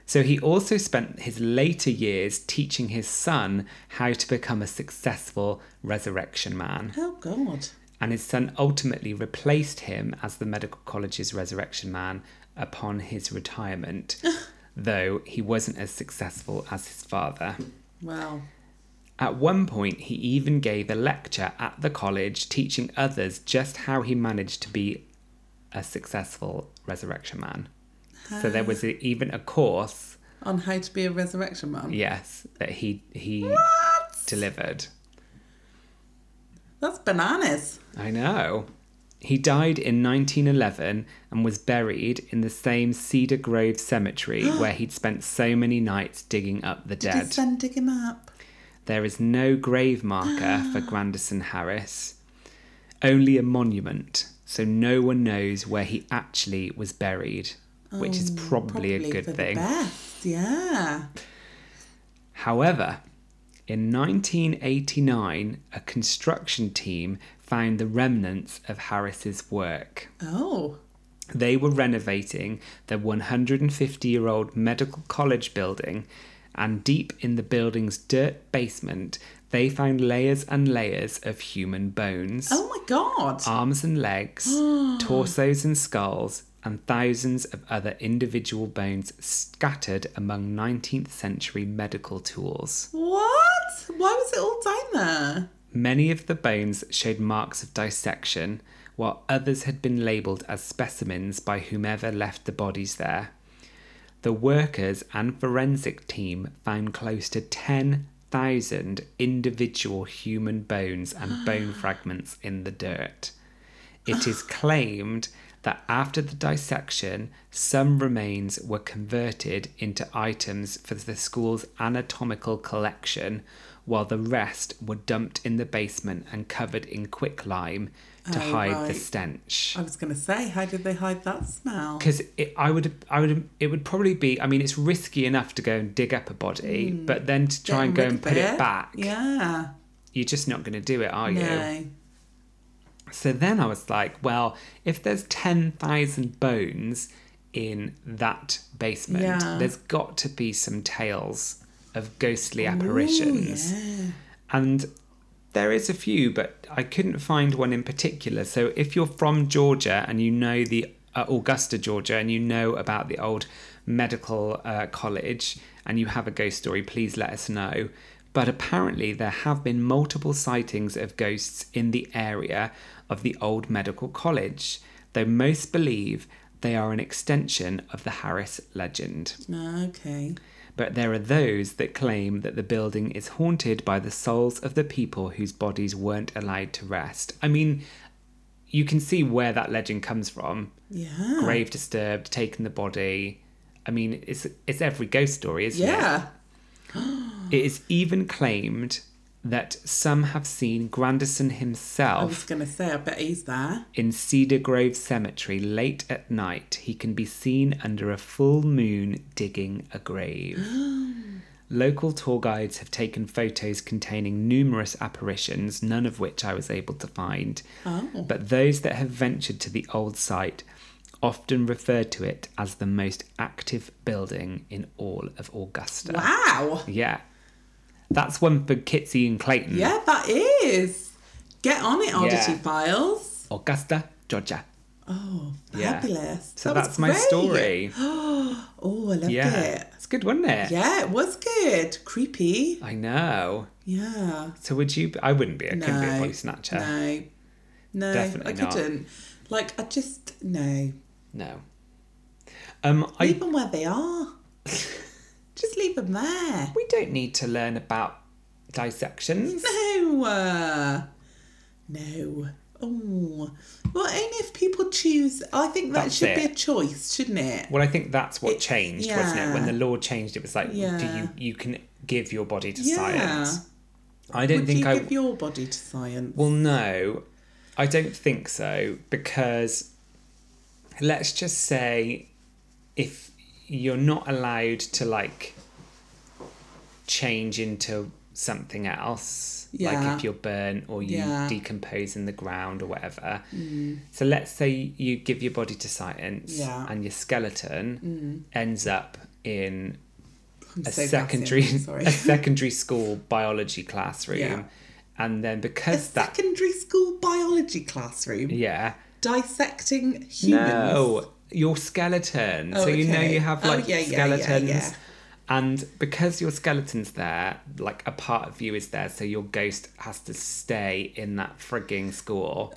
A: so he also spent his later years teaching his son how to become a successful resurrection man,
B: Oh god.
A: and his son ultimately replaced him as the medical college's resurrection man upon his retirement. Though he wasn't as successful as his father.
B: Wow.
A: At one point, he even gave a lecture at the college teaching others just how he managed to be a successful resurrection man. So there was a, even a course,
B: On how to be a resurrection man.
A: yes, that he he delivered.
B: That's bananas.
A: I know. He died in 1911 and was buried in the same Cedar Grove cemetery where he'd spent so many nights digging up the
B: Did
A: dead.
B: his son dig him up?
A: There is
B: (gasps)
A: no grave marker for Granderson Harris, only a monument. so no one knows where he actually was buried, which is probably, a good
B: Oh, for
A: thing.
B: The best. Yeah.
A: However, in 1989, a construction team found the remnants of Harris's work.
B: Oh.
A: They were renovating the 150 year old medical college building, and deep in the building's dirt basement, they found layers and layers of human bones
B: Oh my God.
A: arms and legs, torsos and skulls, and thousands of other individual bones scattered among 19th century medical tools.
B: What? Why was it all down there?
A: Many of the bones showed marks of dissection, while others had been labelled as specimens by whomever left the bodies there. The workers and forensic team found close to 10,000 individual human bones
B: (gasps)
A: and bone fragments in the dirt. It is claimed that after the dissection, some remains were converted into items for the school's anatomical collection, while the rest were dumped in the basement and covered in quicklime to
B: Oh,
A: hide the
B: right.
A: stench.
B: I was going to say, how did they hide that smell?
A: Because I would, I would, it would probably be. I mean, it's risky enough to go and dig up a body,
B: Hmm.
A: but then to try and go
B: Getting
A: and
B: rid
A: put
B: of
A: it back,
B: Yeah.
A: you're just not going to do it, are you?
B: No.
A: So then I was like, well, if there's 10,000 bones in that basement,
B: Yeah.
A: there's got to be some tales of ghostly apparitions. And there is a few, but I couldn't find one in particular. So if you're from Georgia and you know the uh, Augusta, Georgia, and you know about the old medical uh, college and you have a ghost story, please let us know. But apparently, there have been multiple sightings of ghosts in the area of the old medical college, though most believe they are an extension of the Harris legend
B: No, Okay.
A: but there are those that claim that the building is haunted by the souls of the people whose bodies weren't allowed to rest. I mean, you can see where that legend comes from.
B: Yeah.
A: Grave disturbed, taking the body. I mean, it's it's every ghost story, isn't it?
B: Yeah.
A: It is even claimed that some have seen Grandison
B: I
A: himself
B: was going to say, I bet he's there.
A: in Cedar Grove Cemetery late at night, he can be seen under a full moon digging a
B: (gasps)
A: grave. Local tour guides have taken photos containing numerous apparitions, none of which I was able to find.
B: Oh.
A: But those that have ventured to the old site often refer to it as the most active building in all of Augusta.
B: Wow.
A: Yeah. That's one for Kitsy and Clayton.
B: Yeah, that is. Get on it, Oddity
A: Yeah.
B: Files.
A: Augusta, Georgia.
B: Oh,
A: Yeah.
B: fabulous.
A: So
B: That was
A: that's my
B: great.
A: story.
B: (gasps) Oh, I loved
A: Yeah.
B: it.
A: It's good, wasn't it?
B: Yeah, it was good. Creepy.
A: I know.
B: Yeah.
A: So would you? I wouldn't be. I couldn't be a
B: No,
A: body snatcher. No.
B: No. No,
A: Definitely
B: I
A: not.
B: couldn't. Like, I just, no.
A: Um, I
B: Leave them where
A: (laughs)
B: they are. just leave them there.
A: we don't need to learn about dissections.
B: No. uh, no. Oh. Well, only if people choose. I think that
A: That's
B: should be a
A: it.
B: choice, shouldn't it?
A: Well, I think that's what
B: It-
A: changed, wasn't it? When
B: yeah.
A: the law changed, it was like, do
B: Yeah.
A: you you can give your body to
B: Yeah.
A: science? I don't
B: Would
A: think
B: you
A: I.
B: give your body to science?
A: Well, no, I don't think so because let's just say if you're not allowed to like change into something else, like
B: Yeah.
A: if you're burnt or you
B: Yeah. Mm.
A: decompose in the ground or whatever. So let's say you give your body to science
B: Yeah.
A: and your skeleton ends up in
B: I'm
A: a
B: so gassy,
A: secondary (laughs)
B: I'm Sorry.
A: a secondary school biology classroom.
B: Yeah.
A: And then
B: A
A: because that
B: secondary school biology classroom
A: yeah.
B: dissecting humans.
A: No, your skeleton.
B: Oh,
A: so you know
B: okay.
A: you have
B: Oh,
A: like
B: yeah, yeah, yeah,
A: skeletons.
B: yeah.
A: And because your skeleton's there, like a part of you is there, so your ghost has to stay in that frigging
B: (sighs)
A: school.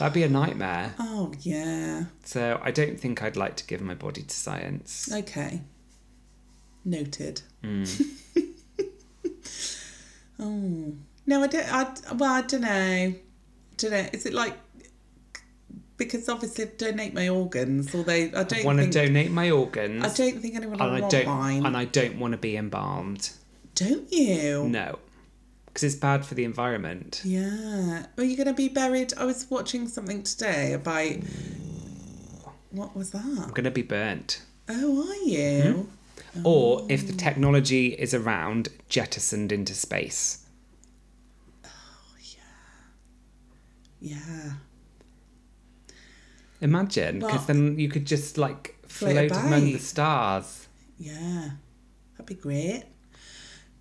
A: That'd be a nightmare.
B: Oh yeah.
A: So I don't think I'd like to give my body to science.
B: Okay. Noted.
A: Hmm.
B: (laughs) oh no, I don't. I well, I don't know. Don't know. Is it like because obviously I donate my organs, although I
A: I
B: don't
A: want to
B: think
A: donate my organs,
B: I don't think anyone
A: and
B: will
A: I
B: want
A: don't,
B: mine.
A: and I don't want to be embalmed.
B: Don't you?
A: No, because it's bad for the environment.
B: Yeah. Well, you're going to be buried. I was watching something today about. What was that?
A: I'm going to be burnt.
B: Oh, are
A: Hmm?
B: you?
A: Or if the technology is around, jettisoned into space.
B: Yeah.
A: Imagine, because
B: Well-
A: then you could just like float
B: Float
A: among the
B: about.
A: stars.
B: Yeah, that'd be great.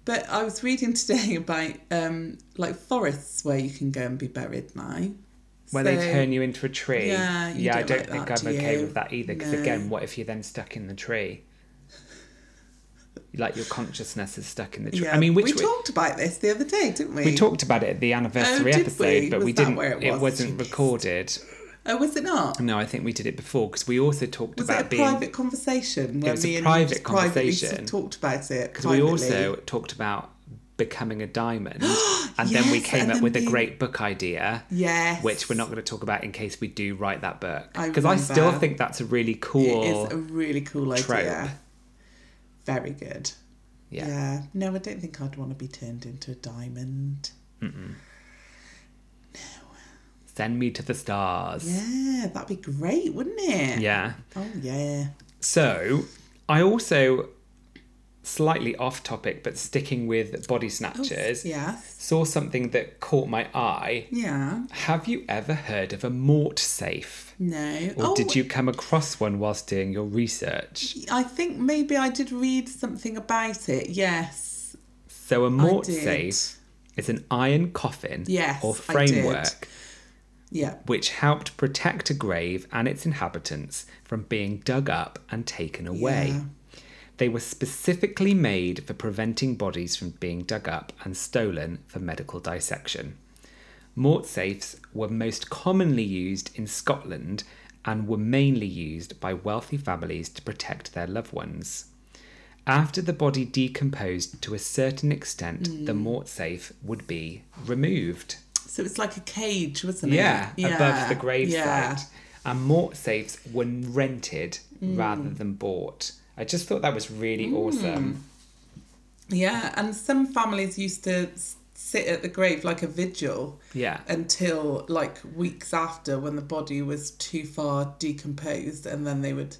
B: But I was reading today about um, like forests where you can go and be buried now.
A: Where they
B: So-
A: turn you into a tree.
B: Yeah, you
A: yeah I
B: don't
A: don't
B: like
A: think
B: that,
A: I'm
B: do
A: okay
B: you?
A: with that either. Because
B: No.
A: again, what if you're then stuck in the tree? Like your consciousness is stuck in the tree.
B: Yeah,
A: I mean, which
B: we
A: way-
B: talked about this the other day, didn't we?
A: we talked about it at the anniversary
B: Oh, did
A: episode,
B: we?
A: but
B: Was
A: we
B: that
A: didn't.
B: where it was?
A: wasn't
B: Jeez.
A: recorded.
B: Oh, was it not?
A: No, I think we did it before because we also talked
B: Was
A: about
B: it a
A: being
B: private conversation? Where
A: was a
B: me and you
A: private
B: just privately sort of
A: conversation.
B: talked about it
A: Because we
B: privately.
A: also talked about becoming a
B: (gasps)
A: diamond, and then we
B: Yes,
A: came
B: and
A: up
B: then
A: with a
B: being-
A: great book idea,
B: yes,
A: which we're not going to talk about in case we do write that book.
B: I
A: Because I, still
B: remember.
A: think that's a really
B: It is a
A: cool.
B: really cool idea.
A: trope.
B: Very good.
A: Yeah.
B: No, I don't think I'd want to be turned into a diamond.
A: Send me to the stars.
B: Yeah, that'd be great, wouldn't it?
A: yeah.
B: Oh yeah.
A: So I also slightly off topic, but sticking with body snatchers,
B: Oh, Yes.
A: saw something that caught my eye.
B: Yeah.
A: Have you ever heard of a mort safe?
B: No. Oh,
A: Or did you come across one whilst doing your research?
B: I think maybe I did read something about it. Yes.
A: So a mort
B: did.
A: safe is an iron coffin
B: Yes,
A: or
B: I did.
A: framework
B: Yeah.
A: which helped protect a grave and its inhabitants from being dug up and taken away.
B: Yeah.
A: They were specifically made for preventing bodies from being dug up and stolen for medical dissection. Mort safes were most commonly used in Scotland and were mainly used by wealthy families to protect their loved ones. After the body decomposed to a certain extent, the mort safe would be removed.
B: So it's like a cage, wasn't
A: Yeah,
B: it?
A: above the gravesite.
B: Yeah.
A: And mort safes were rented rather than bought. I just thought that was really awesome.
B: Yeah. And some families used to s- sit at the grave like a vigil
A: Yeah.
B: until like weeks after when the body was too far decomposed and then they would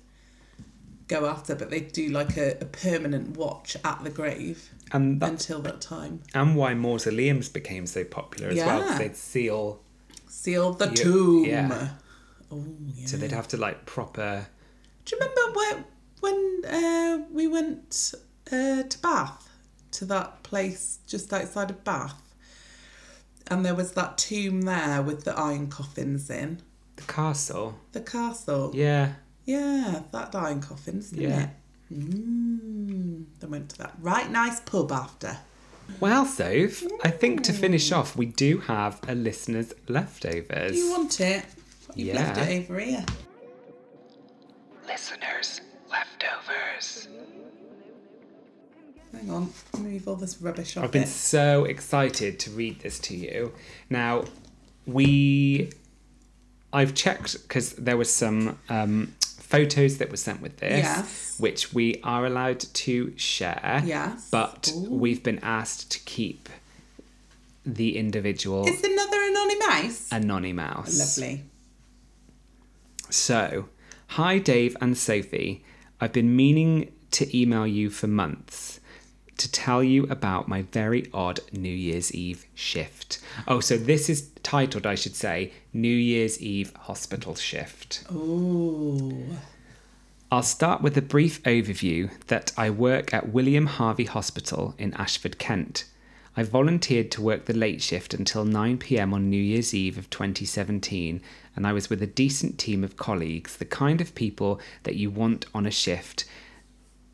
B: go after but they'd do like a, a permanent watch at the grave
A: And that,
B: until that time
A: and why mausoleums became so popular as well. 'cause
B: Yeah.
A: They'd seal,
B: seal the
A: Yeah,
B: tomb
A: yeah.
B: oh yeah
A: so they'd have to like proper.
B: do you remember where, when uh, we went uh, to bath to that place just outside of bath and there was that tomb there with the iron coffins in
A: The castle.
B: the castle
A: Yeah.
B: Yeah, that iron coffin, isn't
A: Yeah.
B: it? Mm. They went to that right nice pub after.
A: Well, Soph, I think to finish off, we do have a listener's leftovers.
B: Do you want it? You've left
A: Yeah.
B: it over here.
A: listeners' leftovers.
B: Hang on, move all this rubbish off
A: I've been
B: it.
A: so excited to read this to you. Now, we, I've checked because there were some um, photos that were sent with this,
B: Yes.
A: which we are allowed to share.
B: Yes.
A: But
B: Ooh.
A: we've been asked to keep the individual
B: It's another anonymous.
A: anonymous.
B: Lovely.
A: So, hi Dave and Sophie. I've been meaning to email you for months to tell you about my very odd New Year's Eve shift. Oh, so this is titled, I should say, New Year's Eve Hospital Shift.
B: Ooh.
A: I'll start with a brief overview that I work at William Harvey Hospital in Ashford, Kent. I volunteered to work the late shift until 9 pm on New Year's Eve of 2017, and I was with a decent team of colleagues, the kind of people that you want on a shift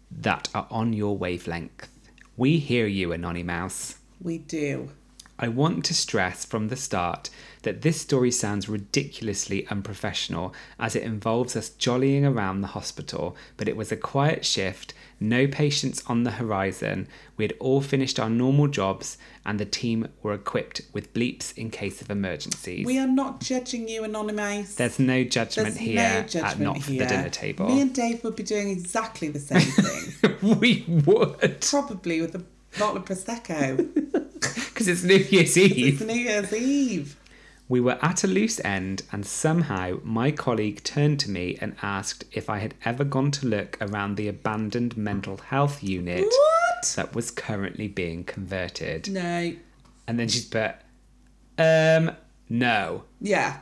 A: that are on your wavelength. We hear you, Anonymouse.
B: We do.
A: I want to stress from the start that this story sounds ridiculously unprofessional as it involves us jollying around the hospital, but it was a quiet shift, no patients on the horizon. We had all finished our normal jobs and the team were equipped with bleeps in case of emergencies.
B: We are not judging you, anonymous.
A: There's no
B: There's
A: judgment
B: no
A: here at Not for the
B: here.
A: Dinner Table.
B: Me and Dave would be doing exactly
A: (laughs)
B: the same thing,
A: we would. (laughs)
B: probably with a bottle of prosecco.
A: because it's New Year's Eve.
B: (laughs) It's New Year's Eve.
A: We were at a loose end, and somehow my colleague turned to me and asked if I had ever gone to look around the abandoned mental health unit
B: What?
A: that was currently being converted.
B: No.
A: And then she's put, um, no.
B: Yeah.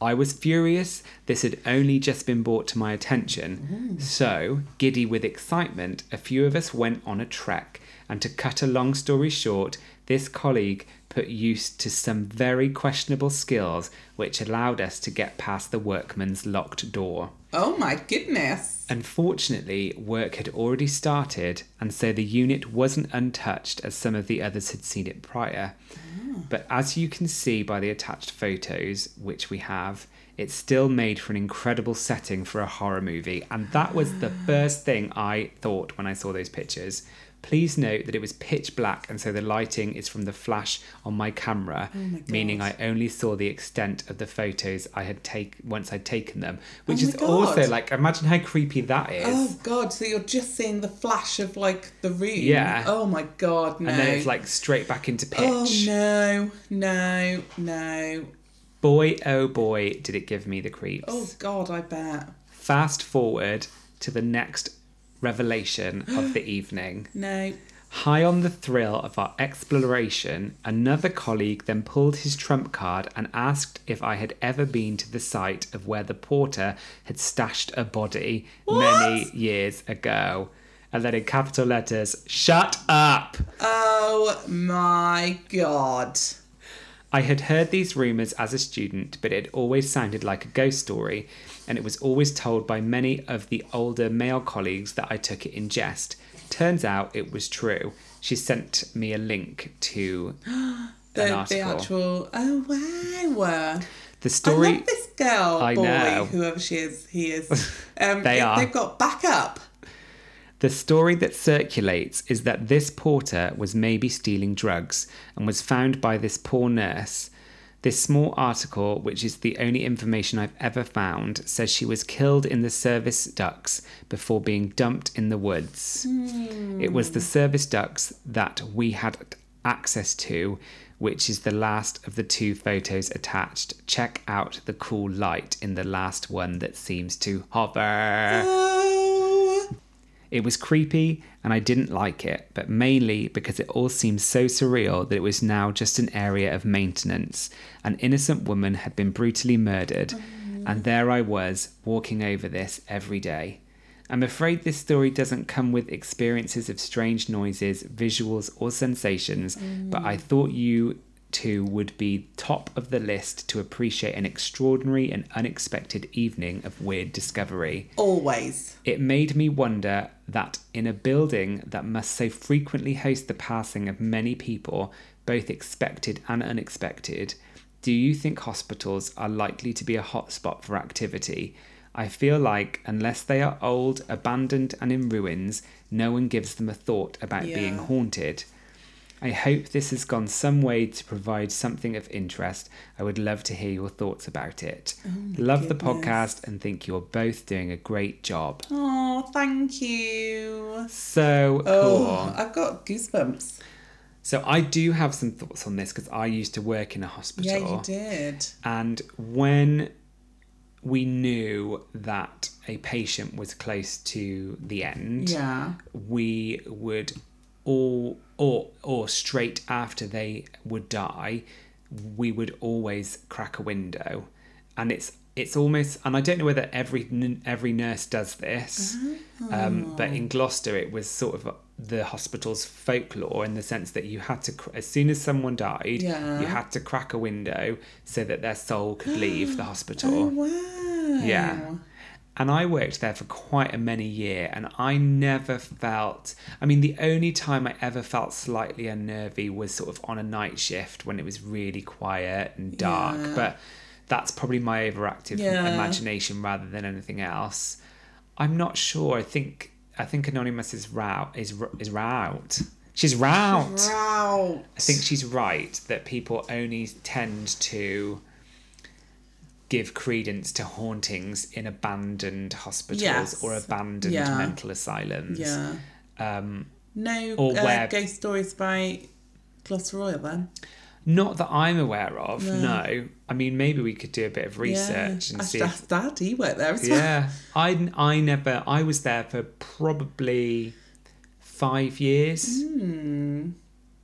A: I was furious. This had only just been brought to my attention. So, giddy with excitement, a few of us went on a trek. And to cut a long story short, this colleague put use to some very questionable skills, which allowed us to get past the workman's locked door.
B: Oh my goodness.
A: Unfortunately, work had already started, and so the unit wasn't untouched as some of the others had seen it prior.
B: Ah.
A: But as you can see by the attached photos, which we have, it's still made for an incredible setting for a horror movie. And that was the
B: Ah.
A: first thing I thought when I saw those pictures. Please note that it was pitch black, and so the lighting is from the flash on my camera,
B: Oh my
A: meaning I
B: God.
A: only saw the extent of the photos I had take once I'd taken them, which
B: Oh my
A: is also
B: God.
A: like imagine how creepy that is.
B: Oh god, so you're just seeing the flash of like the room.
A: Yeah.
B: Oh my god, no.
A: And then it's like straight back into pitch.
B: Oh no, no, no.
A: Boy, oh boy, did it give me the creeps.
B: Oh god, I bet.
A: Fast forward to the next revelation of
B: (gasps)
A: the evening.
B: No.
A: High on the thrill of our exploration, another colleague then pulled his trump card and asked if I had ever been to the site of where the porter had stashed a body many years ago. And then in capital letters, shut up!
B: Oh my god.
A: I had heard these rumours as a student, but it always sounded like a ghost story, and it was always told by many of the older male colleagues that I took it in jest. Turns out it was true. She sent me a link
B: (gasps)
A: to an
B: The, the
A: article.
B: actual oh wow.
A: the
B: I
A: story.
B: love this girl,
A: I
B: boy,
A: know.
B: whoever she is, he is.
A: (laughs)
B: Um,
A: They are.
B: They've got backup.
A: The story that circulates is that this porter was maybe stealing drugs and was found by this poor nurse. This small article, which is the only information I've ever found, says she was killed in the service ducks before being dumped in the woods. It was the service ducks that we had access to, which is the last of the two photos attached. Check out the cool light in the last one that seems to hover.
B: Oh,
A: It was creepy and I didn't like it, but mainly because it all seemed so surreal that it was now just an area of maintenance. An innocent woman had been brutally murdered, and there I was, walking over this every day. I'm afraid this story doesn't come with experiences of strange noises, visuals, or sensations, but I thought you two would be top of the list to appreciate an extraordinary and unexpected evening of weird discovery.
B: always.
A: It made me wonder that in a building that must so frequently host the passing of many people, both expected and unexpected, do you think hospitals are likely to be a hotspot for activity? I feel like unless they are old, abandoned, and in ruins, no one gives them a thought about being
B: Yeah.
A: haunted. I hope this has gone some way to provide something of interest. I would love to hear your thoughts about it. love the
B: Oh goodness.
A: podcast and think you're both doing a great job.
B: Oh, thank you.
A: So cool.
B: Oh, I've got goosebumps.
A: So I do have some thoughts on this because I used to work in a hospital.
B: Yeah, you did.
A: And when we knew that a patient was close to the end,
B: Yeah.
A: we would all or or straight after they would die, we would always crack a window, and it's it's almost and I don't know whether every n- every nurse does this, um, but in Gloucester it was sort of the hospital's folklore in the sense that you had to cr- as soon as someone died, you
B: Yeah.
A: had to crack a window so that their soul could leave the hospital.
B: Oh, wow.
A: Yeah. And I worked there for quite a many year and I never felt I mean the only time I ever felt slightly unnervy was sort of on a night shift when it was really quiet and dark.
B: Yeah.
A: But that's probably my overactive
B: Yeah.
A: imagination rather than anything else. I'm not sure. I think I think Anonymous is route is r- is route. She's route.
B: Wow.
A: I think she's right that people only tend to give credence to hauntings in abandoned hospitals
B: Yes.
A: or abandoned
B: Yeah.
A: mental asylums.
B: Yeah.
A: Um,
B: No
A: Or
B: uh,
A: where-
B: ghost stories by Gloucester Royal then?
A: Not that I'm aware of.
B: No.
A: No. I mean, maybe we could do a bit of research
B: yeah.
A: and
B: Ask
A: see. If,
B: Dad's dad, he worked there as well.
A: yeah. I I never. I was there for probably five years.
B: Hmm.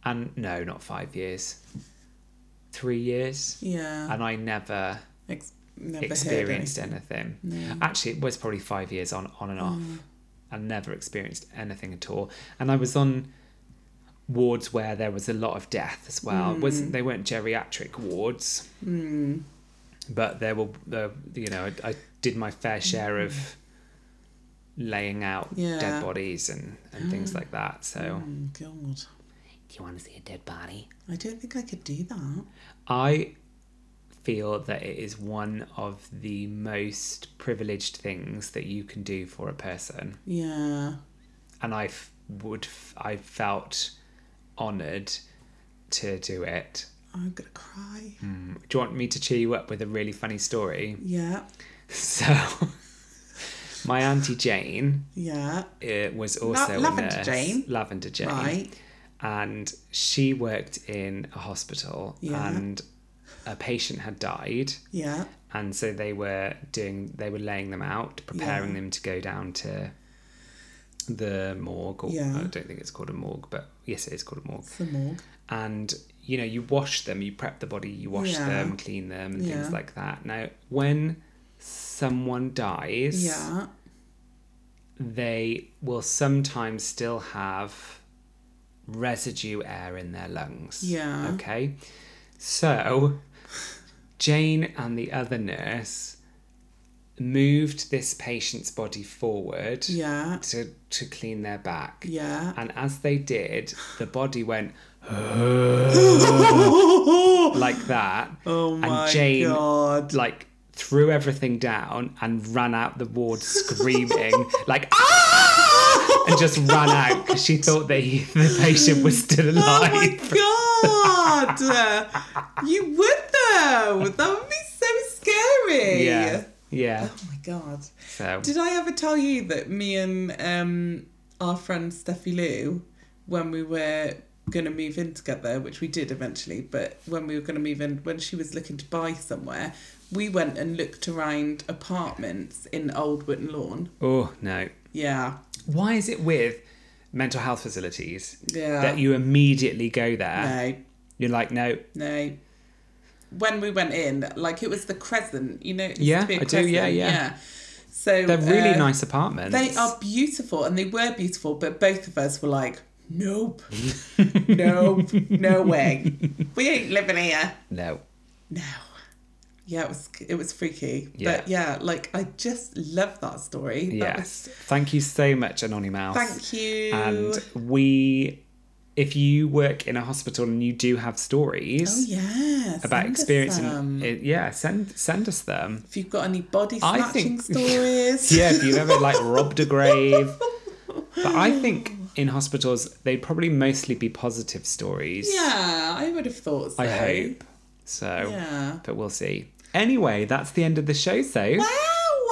A: And no, not five years. Three years.
B: Yeah.
A: And I never
B: Ex- never
A: experienced
B: heard
A: anything. Actually, it was probably five years on on and off.
B: Mm.
A: I never experienced anything at all, and I was on wards where there was a lot of death as well.
B: Mm.
A: wasn't They weren't geriatric wards, but there were, uh, you know, I, I did my
B: Mm.
A: fair share of laying out
B: Yeah.
A: dead bodies and and
B: (gasps)
A: things like that. So,
B: anything. Mm, God.
A: do you want to see a dead body?
B: I don't think I could do that.
A: I feel that it is one of the most privileged things that you can do for a person.
B: Yeah.
A: And I f- would, f- I felt honoured to do it. Mm.
B: I'm going to cry.
A: Do you want me to cheer you up with a really funny story? (laughs)
B: Yeah.
A: So, my Auntie Jane
B: Yeah.
A: uh, was also a
B: Lavender
A: nurse.
B: Jane?
A: Lavender Jane.
B: Right.
A: and she worked in a hospital
B: Yeah.
A: and a patient had died
B: Yeah.
A: and so they were doing they were laying them out preparing
B: Yeah.
A: them to go down to the morgue or
B: Yeah.
A: i don't think it's called a morgue but yes it is called a morgue
B: It's the morgue.
A: and you know you wash them you prep the body you wash
B: Yeah.
A: them clean them and
B: Yeah.
A: things like that now when someone dies
B: Yeah.
A: they will sometimes still have residue air in their lungs.
B: Yeah.
A: Okay. So Jane and the other nurse moved this patient's body forward
B: Yeah.
A: to, to clean their back.
B: Yeah.
A: And as they did, the body went
B: (laughs) oh
A: like that.
B: my
A: and Jane
B: God. (laughs)
A: like threw everything down and ran out the
B: (laughs)
A: ward screaming like
B: Oh
A: ah and just ran out because she thought that he, the patient was still
B: (laughs) Oh
A: alive. (laughs)
B: my god! Uh, you would though. That would be so scary.
A: yeah, yeah.
B: Oh my god.
A: So
B: Did I ever tell you that me and um, our friend Steffi Lou, when we were going to move in together, which we did eventually, but when we were going to move in, when she was looking to buy somewhere, we went and looked around apartments in Old Witten Lawn.
A: oh no,
B: Yeah.
A: why is it with mental health facilities
B: Yeah.
A: that you immediately go there?
B: no.
A: You're like no,
B: No. When we went in, like it was the Crescent, you know. It used
A: Yeah,
B: to be a
A: I do, yeah,
B: Crescent,
A: yeah.
B: So
A: they're really
B: uh,
A: nice apartments.
B: They are beautiful, and they were beautiful, but both of us were like,
A: (laughs)
B: nope, nope, no way, we ain't living here.
A: no.
B: No. Yeah, it was it was freaky,
A: Yeah.
B: but yeah, like I just love that story. That
A: Yes. Thank you so much, Anonymous.
B: was- thank you.
A: And we, if you work in a hospital and you do have stories,
B: oh yes,
A: about experiencing
B: Um,
A: it, yeah send send us them
B: if you've got any body
A: I
B: snatching
A: think- (laughs)
B: stories,
A: yeah if you ever like robbed a grave but i
B: Oh.
A: think in hospitals they'd probably mostly be positive stories
B: (laughs) yeah, I would have thought. so.
A: i hope so
B: Yeah.
A: but we'll see anyway that's the end of the show so
B: Wow.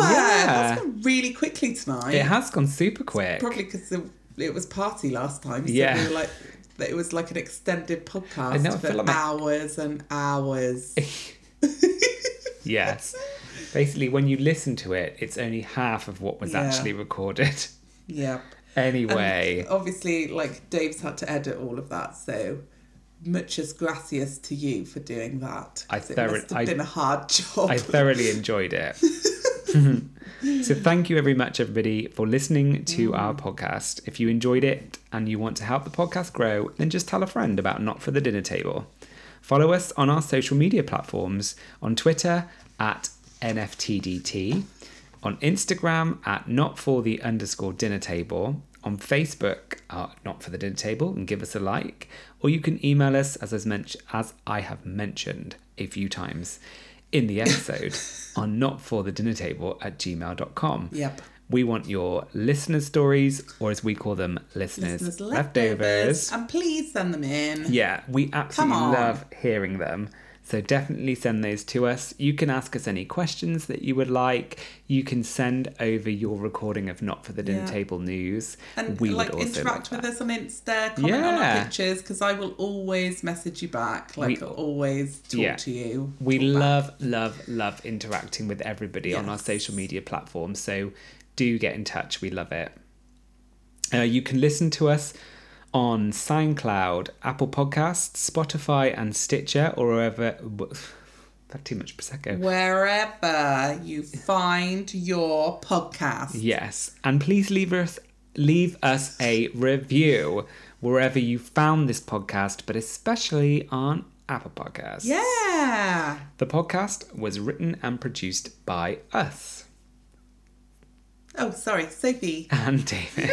A: Yeah.
B: That's gone really quickly tonight.
A: it has gone super quick
B: Probably because it was party last time. So
A: Yeah.
B: We were like, it was like an extended podcast
A: I know, I
B: for
A: feel like my-
B: hours and
A: (laughs)
B: hours.
A: (laughs)
B: (laughs)
A: yes basically when you listen to it it's only half of what was
B: Yeah.
A: actually recorded (laughs)
B: yeah.
A: anyway
B: Obviously, like Dave's had to edit all of that, so muchas gracias to you for doing that.
A: I
B: 'cause it
A: thorough-
B: must have
A: I-
B: been a hard (laughs) job.
A: I thoroughly enjoyed it. so thank you very much everybody for listening to our podcast. If you enjoyed it and you want to help the podcast grow, then just tell a friend about Not for the Dinner Table. Follow us on our social media platforms on Twitter at NFTDT, on Instagram at not for the underscore dinner table, on Facebook at not for the dinner table and give us a like, or you can email us as as, men- as I have mentioned a few times in the episode (laughs) on not for the dinner table at gmail.com.
B: Yep.
A: We want your listener stories, or as we call them, listeners,
B: Listeners'
A: leftovers.
B: And please send them in.
A: Yeah, we absolutely
B: on.
A: love hearing them. So definitely send those to us. You can ask us any questions that you would like. You can send over your recording of Not for the Dinner
B: Yeah.
A: Table News.
B: And
A: we
B: like
A: would also
B: interact
A: love
B: with
A: that.
B: us on Insta, comment on
A: Yeah.
B: our pictures, because I will always message you back. Like
A: We-
B: always talk
A: Yeah.
B: to you.
A: We
B: talk back.
A: love, love, love interacting with everybody on our
B: Yes.
A: social media platforms. So do get in touch. We love it. Uh, you can listen to us on SoundCloud, Apple Podcasts, Spotify, and Stitcher, or wherever. (sighs) That's too much prosecco.
B: wherever you find your podcast.
A: Yes, and please leave us leave us a review wherever you found this podcast, but especially on Apple Podcasts.
B: Yeah.
A: The podcast was written and produced by us
B: Oh, sorry, Sophie.
A: and David.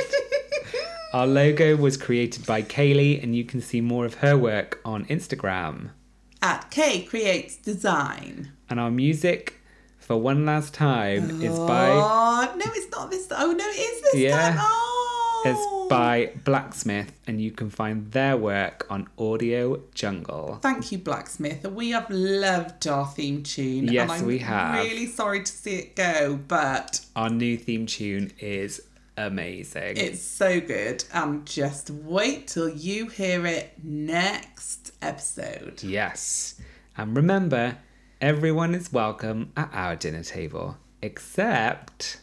A: Our logo was created by Kaylee, and you can see more of her work on Instagram.
B: At K Creates Design.
A: And our music, for one last time, is by
B: Oh, no, it's not this. Oh, no, it is this
A: Yeah.
B: time. Oh.
A: is by Blacksmith, and you can find their work on Audio Jungle.
B: Thank you, Blacksmith. We have loved our theme tune.
A: Yes,
B: and I'm
A: we have.
B: Really sorry to see it go, but
A: Our new theme tune is amazing.
B: it's so good. And just wait till you hear it next episode.
A: yes. And remember, everyone is welcome at our dinner table, except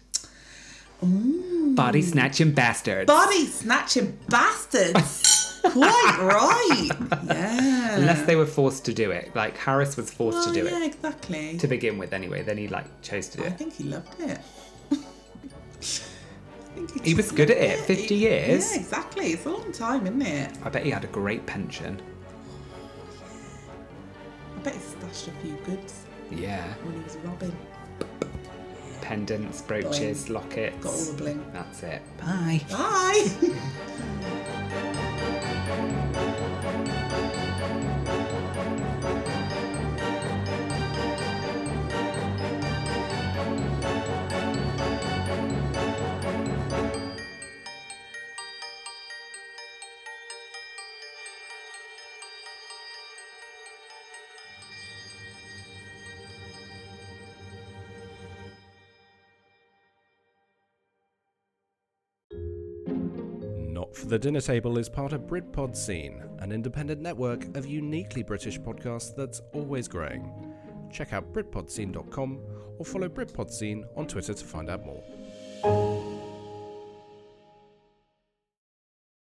A: body snatching bastards.
B: Body snatching
A: (laughs)
B: bastards. Quite right. Yeah.
A: Unless they were forced to do it, like Harris was forced
B: Oh,
A: to do
B: Uh. yeah,
A: it
B: exactly.
A: to begin with, anyway. Then he like chose to do
B: I
A: it.
B: think he loved it. (laughs) I think
A: He was
B: just
A: good at
B: loved
A: it, 50 years.
B: Yeah, exactly. It's a long time, isn't it?
A: I bet he had a great pension.
B: I bet he stashed a few goods
A: Yeah,
B: when he was robbing.
A: pendants, brooches,
B: Got all
A: lockets.
B: the bling.
A: That's it. Bye.
B: Bye. (laughs)
C: Not for the Dinner Table is part of Britpod Scene, an independent network of uniquely British podcasts that's always growing. Check out BritpodScene.com or follow Britpod Scene on Twitter to find out more.